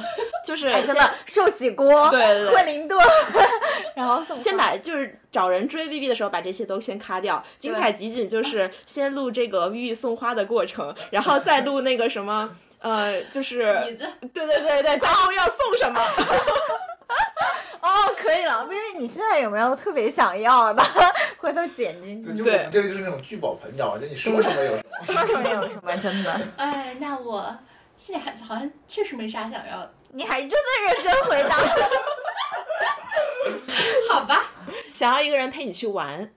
就是
哎，
先
真的寿喜锅，
对对对
惠灵顿， 然后送
先
花
把就是找人追 Vivi 的时候，把这些都先卡掉。精彩集锦就是先录这个 Vivi 送花的过程，然后再录那个什么。呃，就是
椅子
对对对对，再录要送什么？
哦，可以了，薇薇，你现在有没有特别想要的？ 回头剪进
对，
去。
就
对
我们这个就是那种聚宝盆，你知道吗？就你说什么有什么。
说什么有什么，真的，
哎，那我现在还好像确实没啥想要的，
你还真的认真回答。
好吧？
想要一个人陪你去玩，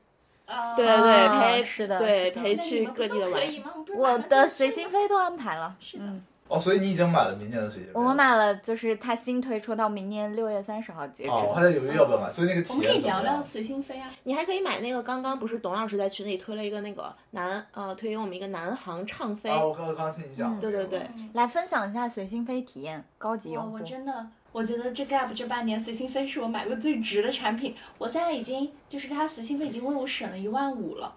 呃，
对对对，
啊
陪
是的
对
是的
陪
那你
去
们不
各地
都
的
可以
玩。
吗？不是
我
马上
的
就
随
去
心
吗
飞都安排了，
是的，
嗯
哦，所以你已经买了明年的随机飞
我
了。
买了，就是他新推出到明年六月三十号截止。
哦，我还在犹豫要不要买，所以那个体
我
验
们可以
怎么
聊
样
聊随心飞啊。
你还可以买那个，刚刚不是董老师在群里推了一个那个南呃，推给我们一个南航畅飞，
啊，我刚刚刚听你
嗯
讲。
对对对，
来分享一下随心飞体验，高级
嗯我
用户
我。真的，我觉得这 Gap 这半年随心飞是我买过最值的产品。我现在已经就是它随心飞已经为我省了一万五了，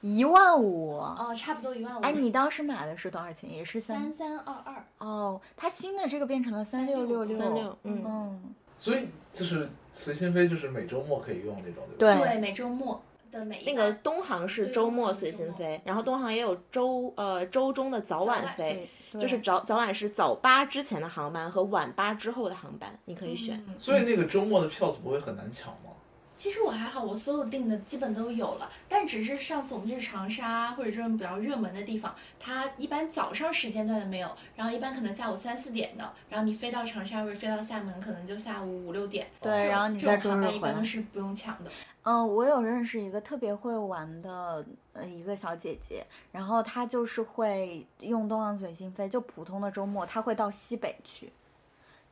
一万五。
哦，差不多一万五。
哎，你当时买的是多少钱？也是
三
三
三二二，
哦，它新的这个变成了三六六
3666
六。
三六，嗯，
嗯，
所以就是随心飞，就是每周末可以用那种，对吧？
对，
对，
每周末的每一
那个
班
东航是周末随心飞，然后东航也有周呃周中的早晚飞，
对
就是早早晚是早八之前的航班和晚八之后的航班，你可以选。
嗯
所以那个周末的票子不会很难抢吗？
其实我还好，我所有订的基本都有了，但只是上次我们去长沙或者这种比较热门的地方，它一般早上时间段的没有，然后一般可能下午三四点的，然后你飞到长沙或者飞到厦门，可能就下午五六点。
对，然后你
这
再
种
周
航
日
班一
回
般
来
都。是不用抢的。
嗯，我有认识一个特别会玩的呃一个小姐姐，然后她就是会用东航随心飞，就普通的周末她会到西北去，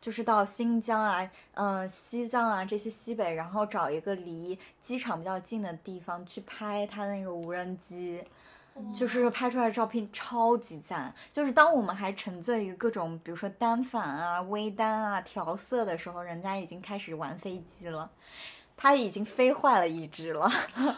就是到新疆啊、呃西藏啊这些西北，然后找一个离机场比较近的地方去拍她那个无人机，
哦
就是拍出来的照片超级赞。就是当我们还沉醉于各种比如说单反啊、微单啊、调色的时候，人家已经开始玩飞机了。他已经飞坏了一只 了。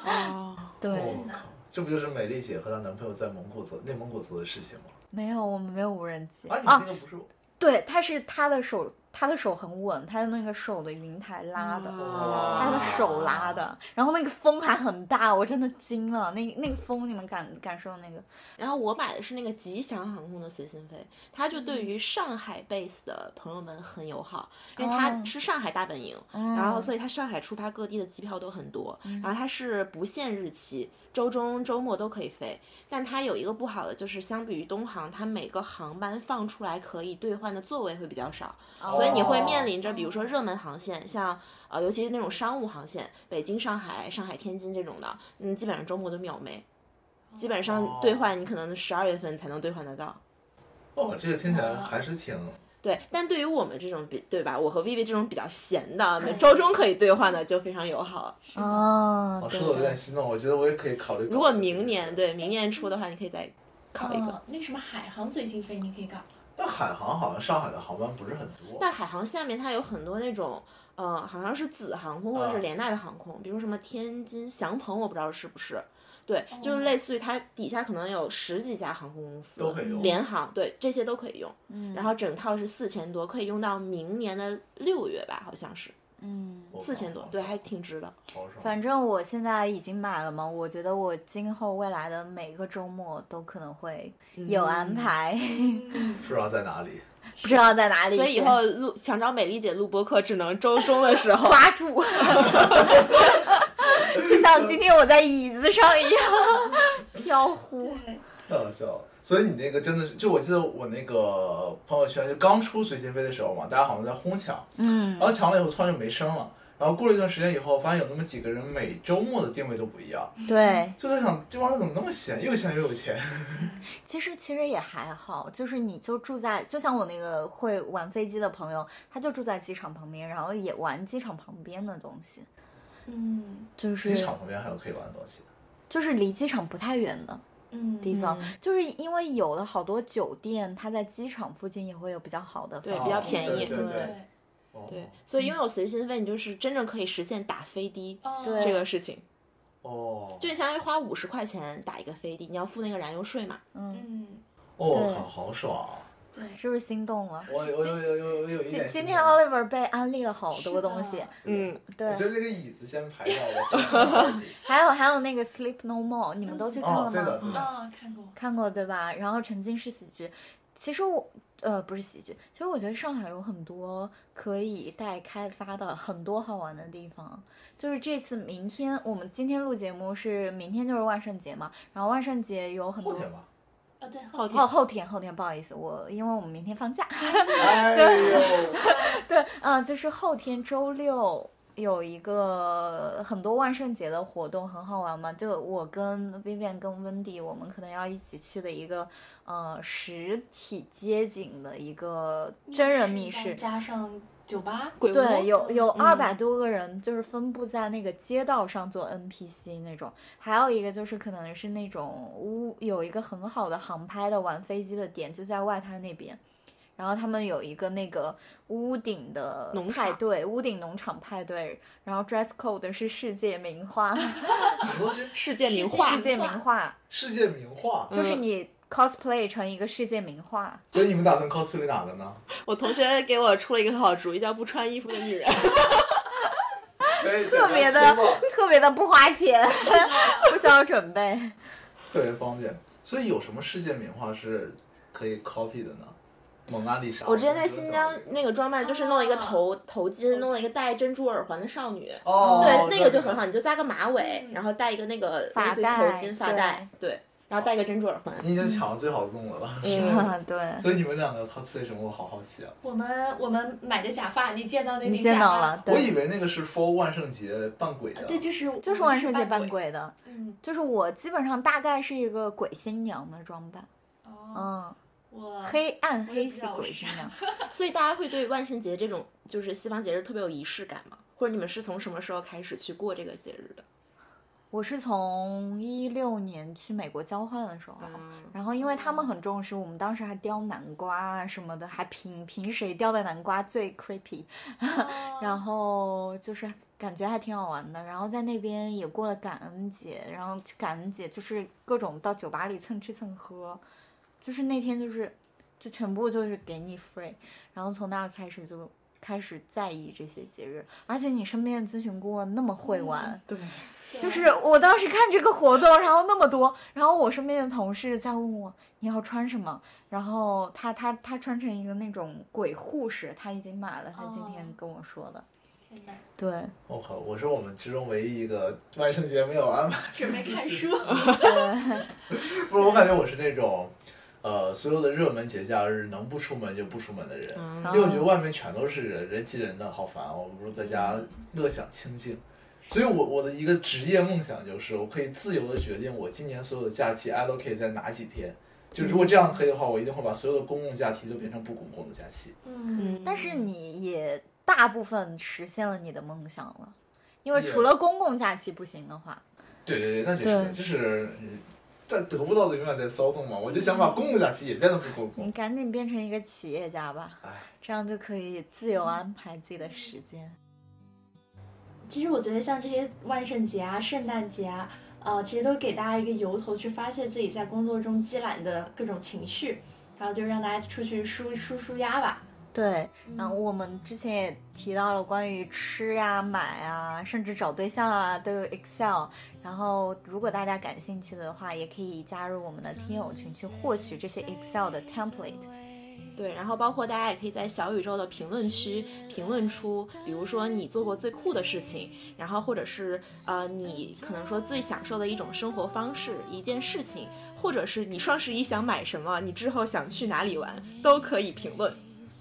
哦，
对
我靠，这不就是美丽姐和她男朋友在蒙古做内蒙古做的事情吗？啊
没有，我们没有无人机啊
啊，你那个不是
对，它是他的手他的手很稳，他的那个手的云台拉的，
嗯啊
哇
他的手拉的，然后那个风还很大，我真的惊了，那那个风你们感感受那个，
然后我买的是那个吉祥航空的随心飞，它就对于上海 base 的朋友们很友好，因为它
哦
是上海大本营，然后
嗯
所以它上海出发各地的机票都很多，然后它是不限日期，周中、周末都可以飞。但它有一个不好的就是，相比于东航，它每个航班放出来可以兑换的座位会比较少，
嗯哦
所以你会面临着，比如说热门航线，像呃，尤其是那种商务航线，北京、上海、上海、天津这种的，嗯，基本上周末都秒没。基本上
哦
兑换，你可能十二月份才能兑换得到。
哦，这个听起来还是挺
哦对，但对于我们这种比对吧，我和 Vivi 这种比较闲的，每周中可以兑换的就非常友好。
啊，
哦，
对
说的有点心动，我觉得我也可以考虑。
如果明，年对明年出的话，你可以再考一个。
嗯那什么海航随心飞你可以搞，
但海航好像上海的航班不是很多。
但海航下面它有很多那种，呃，好像是子航空或者
啊
是联带的航空，比如什么天津祥鹏，我不知道是不是。对，
哦
就是类似于它底下可能有十几家航空公司，
都可以用
联航对这些都可以用。嗯，然后整套是四千多，可以用到明年的六月吧，好像是
哦
嗯。
我靠
四千多，对，还挺值的。
好爽。
反正我现在已经买了嘛，我觉得我今后未来的每个周末都可能会有安排，
嗯，
不知道在哪里。
不知道在哪里先。
所以以后录想找美丽姐录播客，只能周中的 时 候。
抓住， 就像今天我在椅子上 一样飘忽。
对，
太好笑了。所以你那个真的是，就我记得我那个朋友圈就刚出随心飞的时候嘛，大家好像在哄抢，
嗯
然后抢了以后突然就没声了。然后过了一段时间以后，发现有那么几个人每周末的定位都不一样，
对，
就在想这帮人怎么那么闲，又闲又有钱。
其实其实也还好，就是你就住在，就像我那个会玩飞机的朋友，他就住在机场旁边，然后也玩机场旁边的东西，
嗯
就
机
是
场旁边还有可以玩的东西。
就是离机场不太远的
嗯，
地方，就是因为有了好多酒店，它在机场附近也会有比较好的
对
房
比较
子
便宜
对对
对，
对。哦
对，所以拥有随心飞，你就是真正可以实现打飞的
哦
对
这个事情，
哦，
就相当于花五十块钱打一个飞的，你要付那个燃油税嘛。
嗯，
嗯，
哦，我
对
靠，好爽啊！
对，
是不是心动了？
我我有有有有一
今
点
今
心
天
动
Oliver 被安利了好多
是
东
的
西，
嗯，
对
我，觉得那个椅子先排到我。
还有还有那个 Sleep No More，你们都去看
哦
了，
对
吗？
的对的，
啊，看过，
看过对吧？然后沉浸式喜剧，其实我呃不是喜剧，其实我觉得上海有很多可以待开发的很多好玩的地方。就是这次明天我们今天录节目是明天就是万圣节嘛，然后万圣节有很
后
多
天 吧。
啊，对，
后天
哦后天后天不好意思，我因为我们明天放假，
哎呦，
对，嗯、就是后天周六。有一个很多万圣节的活动很好玩嘛，就我跟 Vivian 跟 Wendy，我们可能要一起去的一个呃实体街景的一个真人密室
再，加上酒吧，
鬼屋
对，有有
嗯
二百多个人，就是分布在那个街道上做 NPC 那种。还有一个就是可能是那种屋有一个很好的航拍的玩飞机的点，就在外滩那边。然后他们有一个那个屋顶的
农
派
场
对，屋顶农场派对，然后 dress code 是世界名画，
什么东西？
世界名 画
世，界名画，
世界名画。
就是
嗯
你 cosplay 成一个世界名画。
所以你们打算 cosplay 哪个呢？
我同学给我出了一个好主意，叫不穿衣服的女人。
特
特
哎
别的特别的不花钱， 不需要准备。
特别方便。所以有什么世界名画是可以 copy 的呢？蒙娜丽莎。
我之前在新疆那个专卖，就是弄了一个
啊
头头巾，弄了一个戴珍珠耳环的少女。
哦，
嗯对，那个就
知道
很好，。你就扎个马尾，
嗯
然后戴一个那个
发
类似于
带
头巾、发带，对，然后戴个珍珠耳环。
你已经抢了最好的粽子了。
嗯，
对，
所以你们两个 cosplay 什么？我好好奇啊！
我们我们买的假发，你啊见到那
你
顶
见
假
到
发
了，，
我
对，
以为那个是 for 万圣节扮鬼
啊
的。
对，嗯就是
就是
我
万
们
圣节扮
鬼，
鬼的，
嗯，
就是我基本上大概是一个鬼新娘的装扮，
哦，
嗯，
我
黑暗
我也
黑
不
系
知道
鬼
是
新
啥
娘。
所以大家会对万圣节这种就是西方节日特别有仪式感吗？或者你们是从什么时候开始去过这个节日的？
我是从一六年去美国交换的时候。
嗯，
然后，因为他们很重视，我们当时还雕南瓜啊什么的，还评评谁雕的南瓜最 creepy，然
哦
后就是感觉还挺好玩的。然后在那边也过了感恩节，然后感恩节就是各种到酒吧里蹭吃蹭喝，就是那天就是就全部就是给你 free，然后从那儿开始就开始在意这些节日，而且你身边的咨询顾问那么会玩，
对，
就是我当时看这个活动，然后那么多，然后我身边的同事在问我你要穿什么，然后他他他穿成一个那种鬼护士，他已经买了，他今天
哦
跟我说的。
天哪
对
我靠，我是我们之中唯一一个万圣节没有安排，
准备看书，
对，
不是我感觉我是那种，呃，所有的热门节假日能不出门就不出门的人，
嗯
因为我觉得外面全都是人，人挤人的，好烦哦，我不如在家乐享清静。所以我，我的一个职业梦想就是，我可以自由的决定我今年所有的假期 allocate 在哪几天。就如果这样可以的话，我一定会把所有的公共假期都变成不公共的假期。
嗯，
但是你也大部分实现了你的梦想了，因为
也
除了公共假期不行的话，
对对对，那就是的
对
就是，嗯在得不到的永远在骚动嘛。我就想把公共假期也变得不公
你
共。
赶紧变成一个企业家吧，
哎，
这样就可以自由安排自己的时间。
其实我觉得像这些万圣节啊、圣诞节啊，呃，其实都给大家一个由头去发泄自己在工作中积攒的各种情绪，然后就让大家出去舒舒舒压吧。嗯
对，然后我们之前也提到了关于吃啊、买啊，甚至找对象啊，都有 Excel。然后，如果大家感兴趣的话，也可以加入我们的听友群去获取这些 Excel 的 template。
对，然后包括大家也可以在小宇宙的评论区评论出，比如说你做过最酷的事情，然后或者是呃你可能说最享受的一种生活方式、一件事情，或者是你双十一想买什么，你之后想去哪里玩，都可以评论。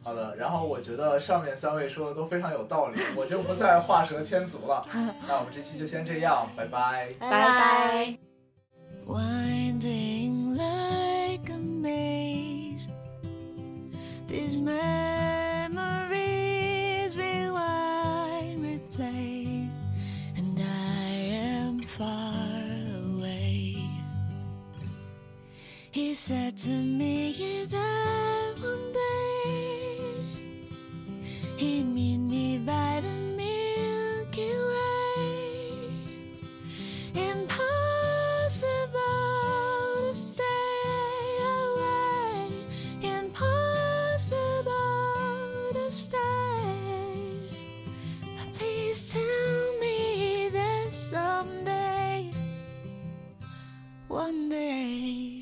好的，然后我觉得上面三位说的都非常有道理，我就不再画蛇添足了。那我们这期就先这样，拜拜。
拜
拜拜
winding like a maze. These memories rewind, replay, and I am far away. He said to me that one day he'd meet me by the Milky Way impossible to stay away. Impossible to stay. But please tell me that someday, one day.